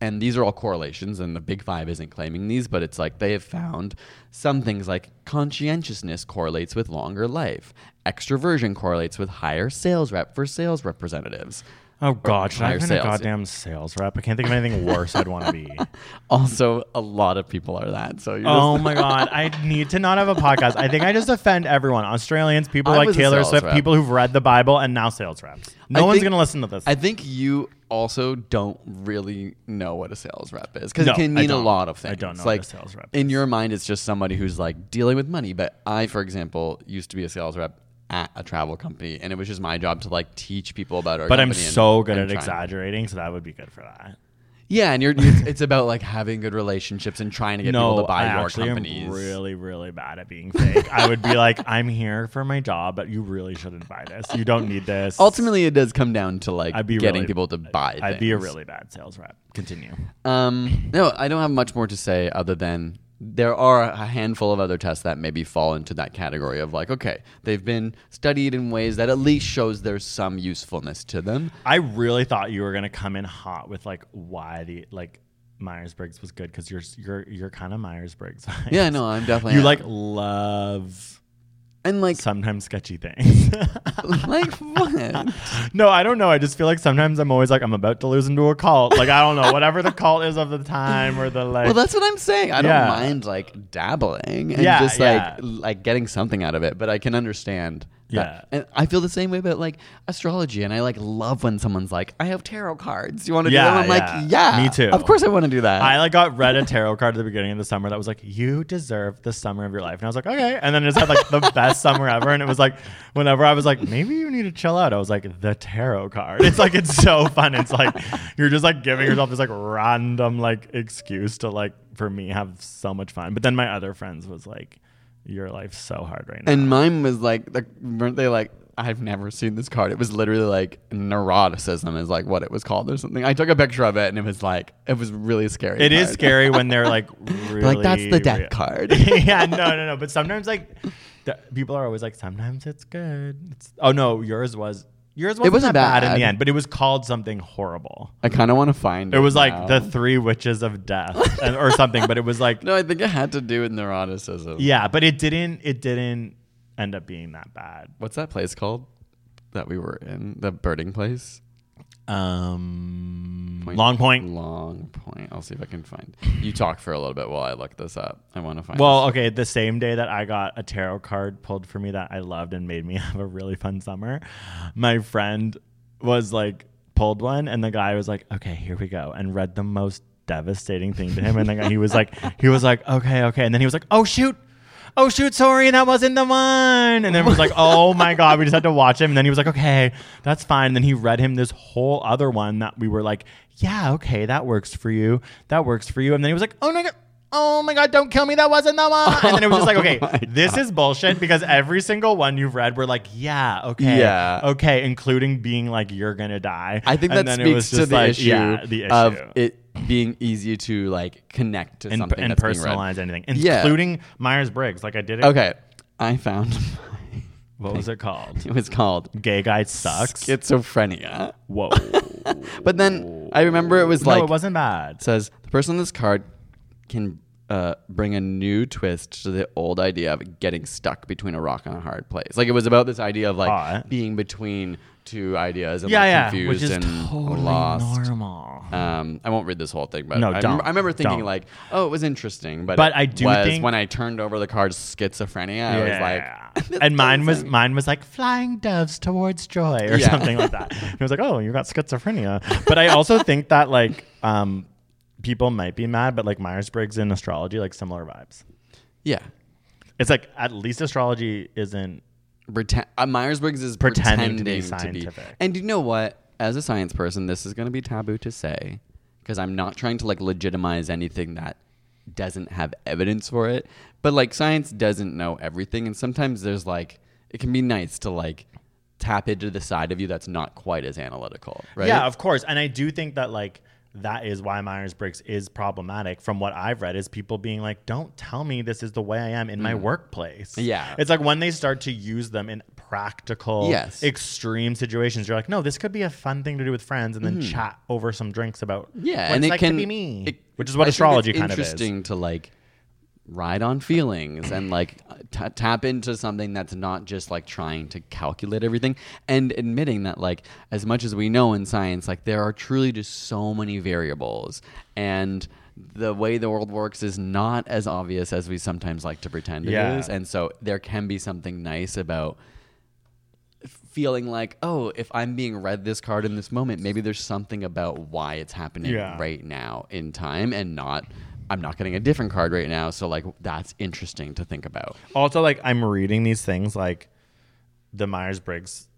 Speaker 2: and these are all correlations, and the Big Five isn't claiming these, but it's like they have found some things like conscientiousness correlates with longer life, extroversion correlates with higher sales rep for sales representatives.
Speaker 3: Oh God, should I
Speaker 2: higher
Speaker 3: have been
Speaker 2: sales.
Speaker 3: a goddamn sales rep? I can't think of anything worse I'd want to be.
Speaker 2: Also, a lot of people are that. So, you're
Speaker 3: Oh
Speaker 2: just-
Speaker 3: my God, I need to not have a podcast. I think I just offend everyone: Australians, people
Speaker 2: I
Speaker 3: like
Speaker 2: was a
Speaker 3: Taylor
Speaker 2: sales
Speaker 3: Swift,
Speaker 2: rep.
Speaker 3: people who've read the Bible, and now sales reps. No
Speaker 2: I
Speaker 3: one's
Speaker 2: think-
Speaker 3: gonna listen to this.
Speaker 2: I think you also don't really know what a sales rep is because
Speaker 3: No,
Speaker 2: it can
Speaker 3: I
Speaker 2: mean a
Speaker 3: don't.
Speaker 2: lot of
Speaker 3: I
Speaker 2: things.
Speaker 3: don't know what
Speaker 2: like,
Speaker 3: a sales rep
Speaker 2: In your mind, it's just somebody who's like dealing with money. But I, for example, used to be a sales rep at a travel company, and it was just my job to like teach people about our.
Speaker 3: but I'm
Speaker 2: company and-
Speaker 3: so good
Speaker 2: and
Speaker 3: at
Speaker 2: try-
Speaker 3: exaggerating, so that would be good for that.
Speaker 2: Yeah, and you're it's, it's about like having good relationships and trying to get people to buy
Speaker 3: I
Speaker 2: your
Speaker 3: actually
Speaker 2: companies.
Speaker 3: am really, really bad at being fake. I would be like, I'm here for my job, but you really shouldn't buy this. You don't need this.
Speaker 2: Ultimately, it does come down to like
Speaker 3: I'd be
Speaker 2: getting
Speaker 3: really-
Speaker 2: people to buy.
Speaker 3: I'd be a
Speaker 2: things.
Speaker 3: really bad sales rep. Continue.
Speaker 2: Um, no, I don't have much more to say other than there are a handful of other tests that maybe fall into that category of like, okay, they've been studied in ways that at least shows there's some usefulness to them.
Speaker 3: I really thought you were gonna come in hot with like why the like Myers Briggs was good because you're you're you're kind of Myers Briggs.
Speaker 2: Yeah, no, I'm definitely
Speaker 3: you
Speaker 2: am.
Speaker 3: like love
Speaker 2: and like
Speaker 3: sometimes sketchy things.
Speaker 2: like what?
Speaker 3: no, I don't know. I just feel like sometimes I'm always like I'm about to lose into a cult. Like I don't know whatever the cult is of the time or the like.
Speaker 2: Well, that's what I'm saying. I don't
Speaker 3: Yeah.
Speaker 2: mind like dabbling and
Speaker 3: Yeah,
Speaker 2: just like
Speaker 3: yeah.
Speaker 2: like getting something out of it, but I can understand. that.
Speaker 3: Yeah.
Speaker 2: and I feel the same way about like astrology, and I like love when someone's like, "I have tarot cards. You want to
Speaker 3: Yeah,
Speaker 2: do that?" I'm like, "Yeah,
Speaker 3: yeah. Me too.
Speaker 2: Of course, I want to do that."
Speaker 3: I like got read a tarot card at the beginning of the summer that was like, "You deserve the summer of your life," and I was like, "Okay." And then it just had like the best summer ever, and it was like, whenever I was like, "Maybe you need to chill out," I was like, "The tarot card." It's like it's so fun. It's like you're just like giving yourself this like random like excuse to like for me have so much fun. But then my other friends was like, "Your life's so hard right now."
Speaker 2: And mine was like, the, weren't they like, I've never seen this card. It was literally like neuroticism is like what it was called or something. I took a picture of it and it was like, it was really scary.
Speaker 3: It is
Speaker 2: card.
Speaker 3: scary when they're like really
Speaker 2: Like, that's the deck
Speaker 3: real-
Speaker 2: card.
Speaker 3: yeah, no, no, no. But sometimes like the, people are always like, sometimes it's good. It's, oh no, yours was yours wasn't,
Speaker 2: wasn't
Speaker 3: that bad. in the
Speaker 2: bad.
Speaker 3: end, but it was called something horrible.
Speaker 2: I kind of want to find it.
Speaker 3: It was
Speaker 2: now.
Speaker 3: like the three witches of death and, or something. But it was like
Speaker 2: No, I think it had to do with neuroticism.
Speaker 3: yeah, but it didn't. It didn't end up being that bad.
Speaker 2: What's that place called that we were in? The birding place?
Speaker 3: Um, long point.
Speaker 2: Long point. I'll see if I can find. You talk for a little bit while I look this up. I want to find.
Speaker 3: Well, okay, the same day that I got a tarot card pulled for me that I loved and made me have a really fun summer, my friend was like pulled one and the guy was like, "Okay, here we go." and read the most devastating thing to him and then he was like he was like, "Okay, okay." And then he was like, "Oh shoot." Oh shoot, sorry, that wasn't the one. And then it was like, oh my god, we just had to watch him. And then he was like, okay, that's fine. And then he read him this whole other one that we were like, yeah, okay, that works for you. That works for you. And then he was like, oh my god, oh my god, don't kill me. That wasn't the one. And then it was
Speaker 2: Oh
Speaker 3: just like, okay, this is bullshit because every single one you've read, we're like, yeah, okay,
Speaker 2: Yeah.
Speaker 3: okay, including being like, you're gonna die.
Speaker 2: I think
Speaker 3: And
Speaker 2: that
Speaker 3: then it was
Speaker 2: speaks to
Speaker 3: just
Speaker 2: the,
Speaker 3: like,
Speaker 2: issue
Speaker 3: yeah, the issue
Speaker 2: of it being easy to like connect to
Speaker 3: and,
Speaker 2: something
Speaker 3: and
Speaker 2: that's being read.
Speaker 3: personalize anything,
Speaker 2: Yeah.
Speaker 3: including Myers Briggs. Like I did it.
Speaker 2: Okay, I found my,
Speaker 3: what was it called?
Speaker 2: it was called
Speaker 3: Gay guy sucks.
Speaker 2: schizophrenia.
Speaker 3: Whoa.
Speaker 2: But then I remember it was
Speaker 3: no,
Speaker 2: like
Speaker 3: it wasn't bad.
Speaker 2: it says the person on this card can uh, uh, bring a new twist to the old idea of getting stuck between a rock and a hard place. Like it was about this idea of like
Speaker 3: Hot.
Speaker 2: being between two ideas and
Speaker 3: yeah,
Speaker 2: like,
Speaker 3: yeah,
Speaker 2: confused
Speaker 3: which is
Speaker 2: and
Speaker 3: totally
Speaker 2: lost.
Speaker 3: normal.
Speaker 2: Um, I won't read this whole thing, but
Speaker 3: No,
Speaker 2: I,
Speaker 3: don't.
Speaker 2: rem- I remember thinking
Speaker 3: Don't.
Speaker 2: like, oh, it was interesting, but
Speaker 3: But
Speaker 2: it
Speaker 3: I do
Speaker 2: was
Speaker 3: think-
Speaker 2: when I turned over the card schizophrenia, I was like,
Speaker 3: and mine was mine was like flying doves towards joy or
Speaker 2: Yeah.
Speaker 3: something like that. And it was like, oh, you got schizophrenia. But I also think that like um, people might be mad, but like Myers Briggs and astrology, like similar vibes.
Speaker 2: yeah,
Speaker 3: It's like at least astrology isn't.
Speaker 2: Prete- uh, Myers Briggs is
Speaker 3: Pretending
Speaker 2: pretending,
Speaker 3: to be
Speaker 2: to, be
Speaker 3: scientific.
Speaker 2: And you know what? As a science person, this is going to be taboo to say because I'm not trying to like legitimize anything that doesn't have evidence for it. But like science doesn't know everything, and sometimes there's like it can be nice to like tap into the side of you that's not quite as analytical, right?
Speaker 3: Yeah, of course. And I do think that like that is why Myers Briggs is problematic from what I've read is people being like, Don't tell me this is the way I am in my workplace.
Speaker 2: Mm. Yeah.
Speaker 3: It's like when they start to use them in practical
Speaker 2: Yes.
Speaker 3: extreme situations, you're like, No, this could be a fun thing to do with friends and then chat over some drinks about
Speaker 2: Mm. yeah,
Speaker 3: what
Speaker 2: and
Speaker 3: it's
Speaker 2: it
Speaker 3: like
Speaker 2: can
Speaker 3: to be me.
Speaker 2: it-
Speaker 3: which is what
Speaker 2: I think
Speaker 3: astrology
Speaker 2: it's
Speaker 3: kind of is.
Speaker 2: interesting to like ride on feelings and like t- tap into something that's not just like trying to calculate everything and admitting that like as much as we know in science like there are truly just so many variables and the way the world works is not as obvious as we sometimes like to pretend
Speaker 3: Yeah.
Speaker 2: it is and so there can be something nice about feeling like, oh, if I'm being read this card in this moment, maybe there's something about why it's happening
Speaker 3: Yeah.
Speaker 2: right now in time and not I'm not getting a different card right now. So like that's interesting to think about.
Speaker 3: also like I'm reading these things like the Myers Briggs.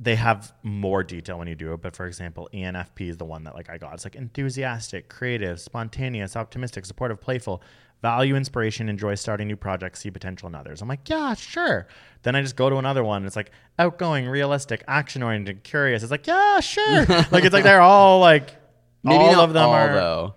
Speaker 3: They have more detail when you do it, but for example, E ENFP is the one that like I got. It's like enthusiastic, creative, spontaneous, optimistic, supportive, playful, value inspiration, enjoy starting new projects, see potential in others. I'm like, yeah, sure. Then I just go to another one. And it's like outgoing, realistic, action oriented, curious. It's like, yeah, sure. like it's like they're all like all
Speaker 2: not
Speaker 3: of them
Speaker 2: all,
Speaker 3: are
Speaker 2: though.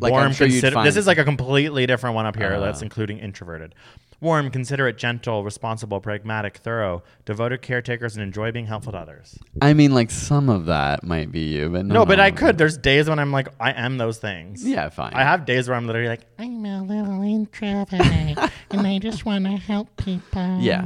Speaker 2: Like
Speaker 3: warm,
Speaker 2: I'm sure you'd
Speaker 3: consider-
Speaker 2: find Uh-huh.
Speaker 3: This is like a completely different one up here. that's including introverted. Warm, considerate, gentle, responsible, pragmatic, thorough, devoted caretakers, and enjoy being helpful to others.
Speaker 2: I mean like some of that might be you, but
Speaker 3: No, but
Speaker 2: all
Speaker 3: I
Speaker 2: of it.
Speaker 3: could. There's days when I'm like, I am those things.
Speaker 2: Yeah, fine.
Speaker 3: I have days where I'm literally like, I'm a little introvert, and I just want to help people.
Speaker 2: Yeah.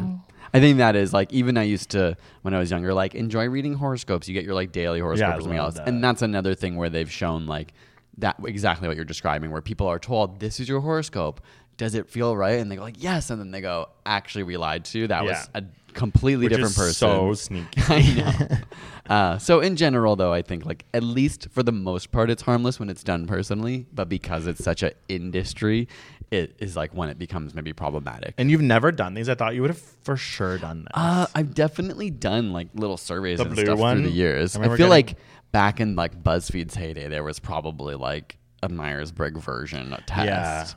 Speaker 2: I think that is like even I used to when I was younger like enjoy reading horoscopes. You get your like daily horoscope
Speaker 3: Yeah, I
Speaker 2: or something
Speaker 3: love
Speaker 2: else,
Speaker 3: that.
Speaker 2: and that's another thing where they've shown like that exactly what you're describing, where people are told this is your horoscope. Does it feel right? And they go like yes, and then they go actually we lied to you. That was
Speaker 3: Yeah.
Speaker 2: a completely
Speaker 3: Which is
Speaker 2: different person.
Speaker 3: So sneaky.
Speaker 2: I know. uh, so in general, though, I think like at least for the most part, it's harmless when it's done personally. But because it's such an industry, it is like when it becomes maybe problematic.
Speaker 3: and you've never done these. I thought you would have for sure done this.
Speaker 2: Uh, I've definitely done like little surveys
Speaker 3: The
Speaker 2: and
Speaker 3: blue
Speaker 2: stuff
Speaker 3: one?
Speaker 2: through the years.
Speaker 3: I
Speaker 2: I,
Speaker 3: remember
Speaker 2: feel
Speaker 3: getting-
Speaker 2: like back in like BuzzFeed's heyday, there was probably like a Myers Briggs version of test
Speaker 3: Yeah.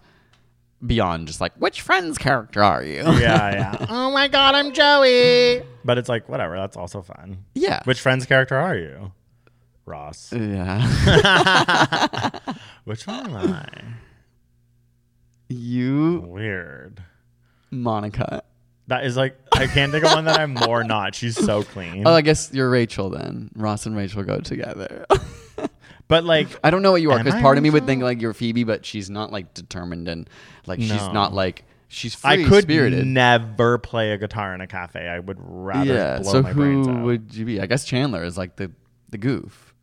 Speaker 2: beyond just like which friend's character are you?
Speaker 3: yeah, yeah. oh my god, I'm Joey. But it's like whatever. That's also fun.
Speaker 2: Yeah.
Speaker 3: Which friend's character are you? Ross.
Speaker 2: Uh, yeah.
Speaker 3: Which one am I?
Speaker 2: you,
Speaker 3: Weird.
Speaker 2: Monica.
Speaker 3: That is like I can't think of one that I'm more not. She's so clean.
Speaker 2: Oh, I guess you're Rachel then. Ross and Rachel go together.
Speaker 3: but like
Speaker 2: I don't know what you are
Speaker 3: Am
Speaker 2: because
Speaker 3: I
Speaker 2: part of me would
Speaker 3: Rachel?
Speaker 2: think like you're Phoebe, but she's not like determined and like she's
Speaker 3: No.
Speaker 2: not like she's
Speaker 3: I
Speaker 2: free
Speaker 3: could
Speaker 2: spirited.
Speaker 3: never play a guitar in a cafe. I would rather
Speaker 2: yeah.
Speaker 3: blow
Speaker 2: So
Speaker 3: my brains
Speaker 2: who
Speaker 3: out.
Speaker 2: would you be? I guess Chandler is like the the goof.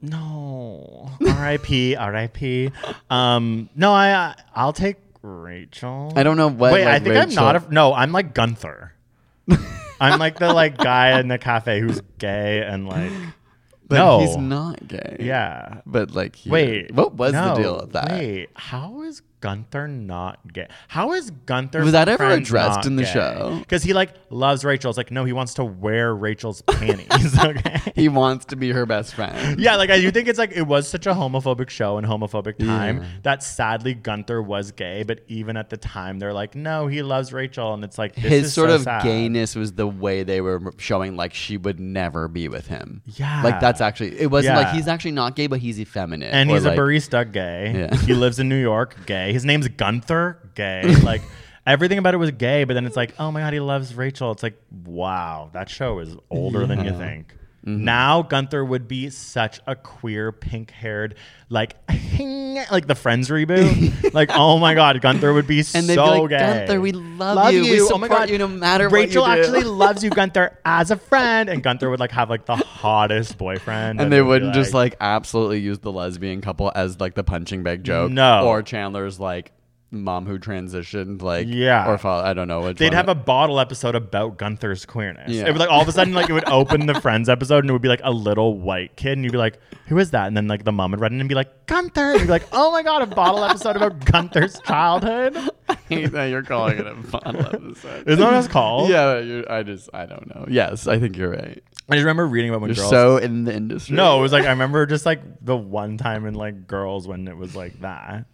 Speaker 3: No. R.I.P. R.I.P. Um. No. I. I- I'll take Rachel.
Speaker 2: I don't know what,
Speaker 3: Wait. I
Speaker 2: like,
Speaker 3: think I'm
Speaker 2: Rachel-
Speaker 3: not. A, no. I'm like Gunther. I'm like the like guy in the cafe who's gay and like.
Speaker 2: But
Speaker 3: no.
Speaker 2: he's not gay.
Speaker 3: Yeah.
Speaker 2: But like, he-
Speaker 3: Wait.
Speaker 2: what was
Speaker 3: no,
Speaker 2: the deal with that?
Speaker 3: Wait. How is Gunther not gay? How is Gunther?
Speaker 2: Was that ever addressed in the show?
Speaker 3: Because he like loves Rachel. It's like no, he wants to wear Rachel's panties. Okay.
Speaker 2: He wants to be her best friend.
Speaker 3: Yeah, like I do think it's like it was such a homophobic show and homophobic time that sadly Gunther was gay, but even at the time they're like, no, he loves Rachel, and it's like this
Speaker 2: His
Speaker 3: is
Speaker 2: sort
Speaker 3: so
Speaker 2: of
Speaker 3: sad.
Speaker 2: gayness was the way they were showing like she would never be with him.
Speaker 3: Yeah.
Speaker 2: Like that's actually it wasn't
Speaker 3: Yeah.
Speaker 2: like he's actually not gay, but he's effeminate.
Speaker 3: and
Speaker 2: or,
Speaker 3: he's
Speaker 2: like-
Speaker 3: a barista gay.
Speaker 2: Yeah.
Speaker 3: he lives in New York, gay. His name's Gunther, gay. Like everything about it was gay, but then it's like, oh my god, he loves Rachel. It's like, wow, that show is older than you think.
Speaker 2: Mm-hmm.
Speaker 3: Now Gunther would be such a queer pink haired, like like the Friends reboot. like, oh my God, Gunther would be so
Speaker 2: And they'd be like,
Speaker 3: gay. Oh
Speaker 2: "Gunther, we love you. We support you no matter what you
Speaker 3: Rachel
Speaker 2: do."
Speaker 3: actually loves you, Gunther, as a friend. And Gunther would like have like the hottest boyfriend.
Speaker 2: And they
Speaker 3: it'd be
Speaker 2: wouldn't just like absolutely use the lesbian couple as like the punching bag joke.
Speaker 3: No.
Speaker 2: Or Chandler's like mom who transitioned, like
Speaker 3: Yeah.
Speaker 2: or father. I don't know. Which
Speaker 3: They'd
Speaker 2: one
Speaker 3: have
Speaker 2: it-
Speaker 3: a bottle episode about Gunther's queerness.
Speaker 2: Yeah.
Speaker 3: It would like all of a sudden like it would open the Friends episode and it would be like a little white kid and you'd be like, who is that? And then like the mom would run in and be like, Gunther. And you'd be like, oh my god, a bottle episode about Gunther's childhood.
Speaker 2: Yeah, uh, you're calling it a bottle episode.
Speaker 3: Isn't that what it's called?
Speaker 2: Yeah, you I just I don't know. Yes, I think you're right.
Speaker 3: I just remember reading about when
Speaker 2: You're
Speaker 3: girls.
Speaker 2: so in the industry.
Speaker 3: no, it was like I remember just like the one time in like girls when it was like that.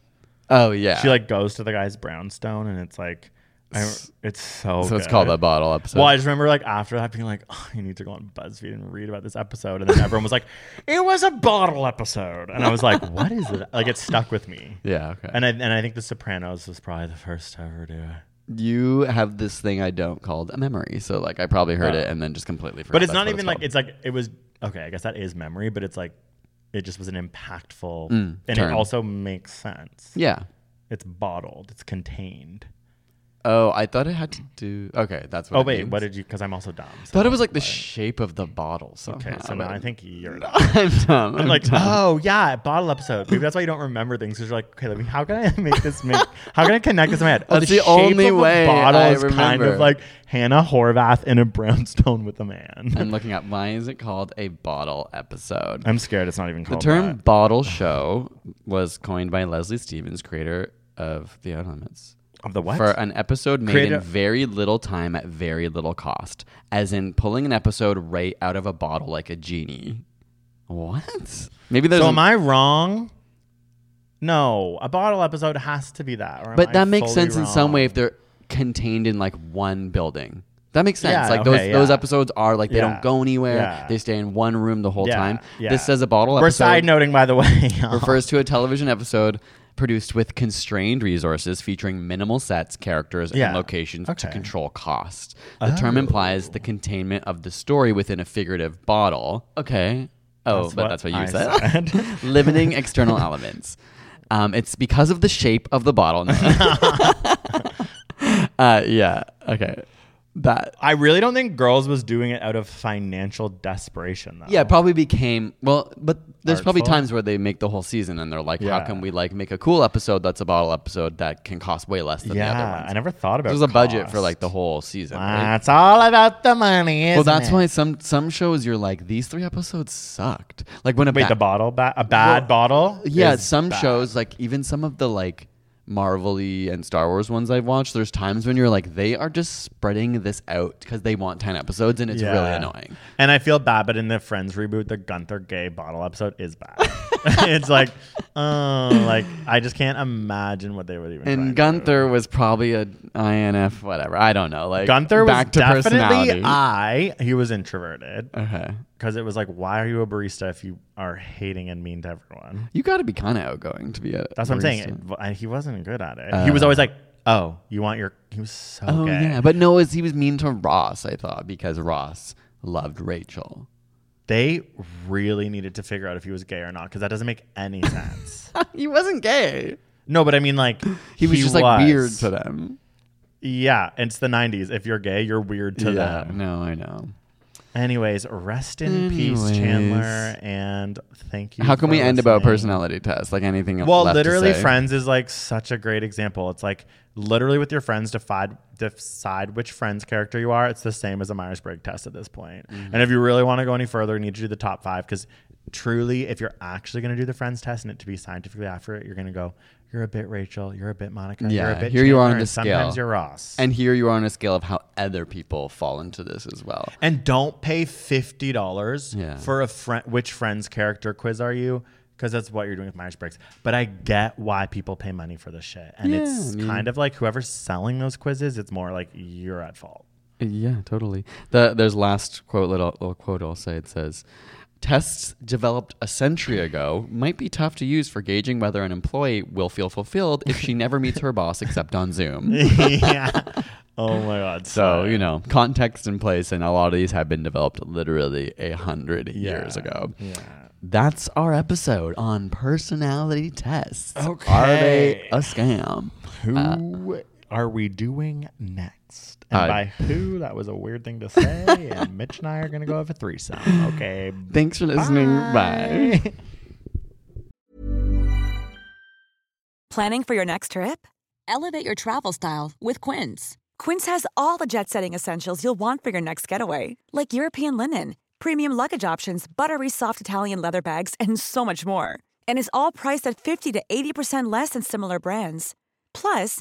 Speaker 2: Oh yeah.
Speaker 3: She like goes to the guy's brownstone and it's like, I, it's so.
Speaker 2: so it's
Speaker 3: good.
Speaker 2: called a bottle episode.
Speaker 3: Well, I just remember like after that being like, oh, you need to go on BuzzFeed and read about this episode, and then everyone was like, it was a bottle episode, and I was like, what is it? Like it stuck with me.
Speaker 2: yeah, okay.
Speaker 3: And I and I think The Sopranos was probably the first to ever do it.
Speaker 2: you have this thing I don't called a memory. So like I probably heard it and then just completely forgot.
Speaker 3: Oh. But it's
Speaker 2: that's
Speaker 3: not
Speaker 2: what
Speaker 3: even like
Speaker 2: called.
Speaker 3: it's like it was okay. I guess that is memory, but it's like it just was an impactful, and
Speaker 2: term.
Speaker 3: it also makes sense.
Speaker 2: Mm, Yeah.
Speaker 3: It's bottled. It's contained.
Speaker 2: Oh, I thought it had to do okay, that's what
Speaker 3: Oh
Speaker 2: it
Speaker 3: wait,
Speaker 2: means.
Speaker 3: what did you? Because I'm also dumb. So.
Speaker 2: thought it was like the shape of the bottle somehow.
Speaker 3: Okay, so now
Speaker 2: but-
Speaker 3: I think you're
Speaker 2: I'm dumb. I'm
Speaker 3: like,
Speaker 2: dumb.
Speaker 3: oh yeah, bottle episode. Maybe that's why you don't remember things because you're like, okay, let me. How can I make this make? How can I connect this in my head? Oh,
Speaker 2: That's the only way I
Speaker 3: kind
Speaker 2: remember.
Speaker 3: of like Hannah Horvath in a brownstone with a man.
Speaker 2: I'm looking up why is it called a bottle episode?
Speaker 3: I'm scared. It's not even
Speaker 2: the
Speaker 3: called
Speaker 2: term
Speaker 3: that.
Speaker 2: bottle show was coined by Leslie Stevens, creator of The Outer Limits.
Speaker 3: of the what?
Speaker 2: For an episode made
Speaker 3: Creator-
Speaker 2: in very little time at very little cost, as in pulling an episode right out of a bottle like a genie. What? Maybe there's.
Speaker 3: so
Speaker 2: an-
Speaker 3: am I wrong? No, a bottle episode has to be that. Or am
Speaker 2: but
Speaker 3: I
Speaker 2: that makes
Speaker 3: fully
Speaker 2: sense in some
Speaker 3: wrong?
Speaker 2: way if they're contained in like one building. That makes sense.
Speaker 3: Yeah,
Speaker 2: like
Speaker 3: okay,
Speaker 2: those those
Speaker 3: yeah.
Speaker 2: episodes are like they
Speaker 3: Yeah,
Speaker 2: don't go anywhere.
Speaker 3: yeah.
Speaker 2: They stay in one room the whole
Speaker 3: Yeah,
Speaker 2: time.
Speaker 3: yeah.
Speaker 2: This says a bottle
Speaker 3: We're
Speaker 2: episode.
Speaker 3: side noting, by the way.
Speaker 2: refers to a television episode produced with constrained resources featuring minimal sets, characters,
Speaker 3: Yeah.
Speaker 2: and locations to
Speaker 3: Okay. Oh.
Speaker 2: control cost. The term implies the containment of the story within a figurative bottle. Okay. Oh, but
Speaker 3: what
Speaker 2: that's what you
Speaker 3: I
Speaker 2: said. Limiting external elements. Um, it's because of the shape of the bottle. No. uh, yeah. Okay. That.
Speaker 3: I really don't think girls was doing it out of financial desperation, though.
Speaker 2: Yeah, it probably became well, but there's probably
Speaker 3: Artful.
Speaker 2: times where they make the whole season and they're like,
Speaker 3: Yeah.
Speaker 2: "How can we like make a cool episode that's a bottle episode that can cost way less than the other
Speaker 3: yeah.
Speaker 2: ones?"
Speaker 3: I never thought about.
Speaker 2: There's a budget for
Speaker 3: cost.
Speaker 2: like the whole season. right?
Speaker 3: That's all about the money.
Speaker 2: Well,
Speaker 3: isn't
Speaker 2: that's
Speaker 3: it?
Speaker 2: why some some shows you're like these three episodes sucked. Like when a
Speaker 3: Wait,
Speaker 2: ba-
Speaker 3: the bottle, ba- a bad bottle.
Speaker 2: yeah,
Speaker 3: is
Speaker 2: some
Speaker 3: bad.
Speaker 2: shows like even some of the like Marvel-y and Star Wars ones I've watched. There's times when you're like they are just spreading this out because they want ten episodes and it's really
Speaker 3: Yeah.
Speaker 2: annoying.
Speaker 3: And I feel bad, but in the Friends reboot, the Gunther gay bottle episode is bad. it's like, oh, like I just can't imagine what they would even. try to
Speaker 2: And
Speaker 3: do.
Speaker 2: Gunther was probably a INF, whatever. I don't know. Like
Speaker 3: Gunther was
Speaker 2: back to
Speaker 3: definitely
Speaker 2: personality.
Speaker 3: I. He was introverted
Speaker 2: okay,
Speaker 3: because it was like, why are you a barista if you are hating and mean to everyone?
Speaker 2: you got to be kind of outgoing to be a.
Speaker 3: That's what I'm saying.
Speaker 2: barista. Uh.
Speaker 3: It- and he wasn't good at it. he was always like, oh, you want your? He was so.
Speaker 2: Oh
Speaker 3: gay.
Speaker 2: yeah, but no, is he was mean to Ross. I thought because Ross loved Rachel.
Speaker 3: They really needed to figure out if he was gay or not because that doesn't make any sense.
Speaker 2: he wasn't gay.
Speaker 3: no, but I mean, like,
Speaker 2: He was just like weird
Speaker 3: was.
Speaker 2: to them.
Speaker 3: Yeah, it's the 90s. If you're gay, you're weird to
Speaker 2: yeah,
Speaker 3: them.
Speaker 2: no, I know.
Speaker 3: Anyways, rest in peace,
Speaker 2: Anyways.
Speaker 3: Chandler, and thank you.
Speaker 2: How can
Speaker 3: for
Speaker 2: we end about
Speaker 3: listening.
Speaker 2: personality tests? Like anything else?
Speaker 3: Well,
Speaker 2: left to
Speaker 3: literally,
Speaker 2: say?
Speaker 3: friends is like such a great example. It's like literally with your friends decide decide which friends character you are. It's the same as a Myers Briggs test at this point.
Speaker 2: Mm-hmm.
Speaker 3: And if you really want to go any further, you need to do the top five because truly, if you're actually going to do the friends test and it to be scientifically accurate, you're going to go. You're a bit Rachel. You're a bit Monica. you're a
Speaker 2: Yeah,
Speaker 3: bit
Speaker 2: here you
Speaker 3: Chandler,
Speaker 2: are on the
Speaker 3: and Sometimes
Speaker 2: scale.
Speaker 3: you're Ross.
Speaker 2: And here you are on a scale of how other people fall into this as well.
Speaker 3: And don't pay fifty dollars
Speaker 2: Yeah.
Speaker 3: for a friend. Which friend's character quiz are you? Because that's what you're doing with Myers Briggs. But I get why people pay money for this shit, and it's kind of like whoever's selling those quizzes. It's more like you're at fault.
Speaker 2: Yeah, totally. The, there's last quote, little, little quote I'll say. It says, "Tests developed a century ago might be tough to use for gauging whether an employee will feel fulfilled if she never meets her boss except on Zoom."
Speaker 3: yeah, Oh my god.
Speaker 2: So, you know, context in place, and a lot of these have been developed literally a hundred years ago. That's our episode on personality tests. Are they
Speaker 3: Okay.
Speaker 2: a scam?
Speaker 3: Who are we doing next? And
Speaker 2: uh, I-
Speaker 3: by who, that was a weird thing to say. and Mitch and I are going to go have a threesome. Okay.
Speaker 2: Thanks for listening. Bye.
Speaker 3: bye.
Speaker 5: Planning for your next trip? Elevate your travel style with Quince. Quince has all the jet setting essentials you'll want for your next getaway, like European linen, premium luggage options, buttery soft Italian leather bags, and so much more. And is all priced at 50 to 80% less than similar brands. Plus,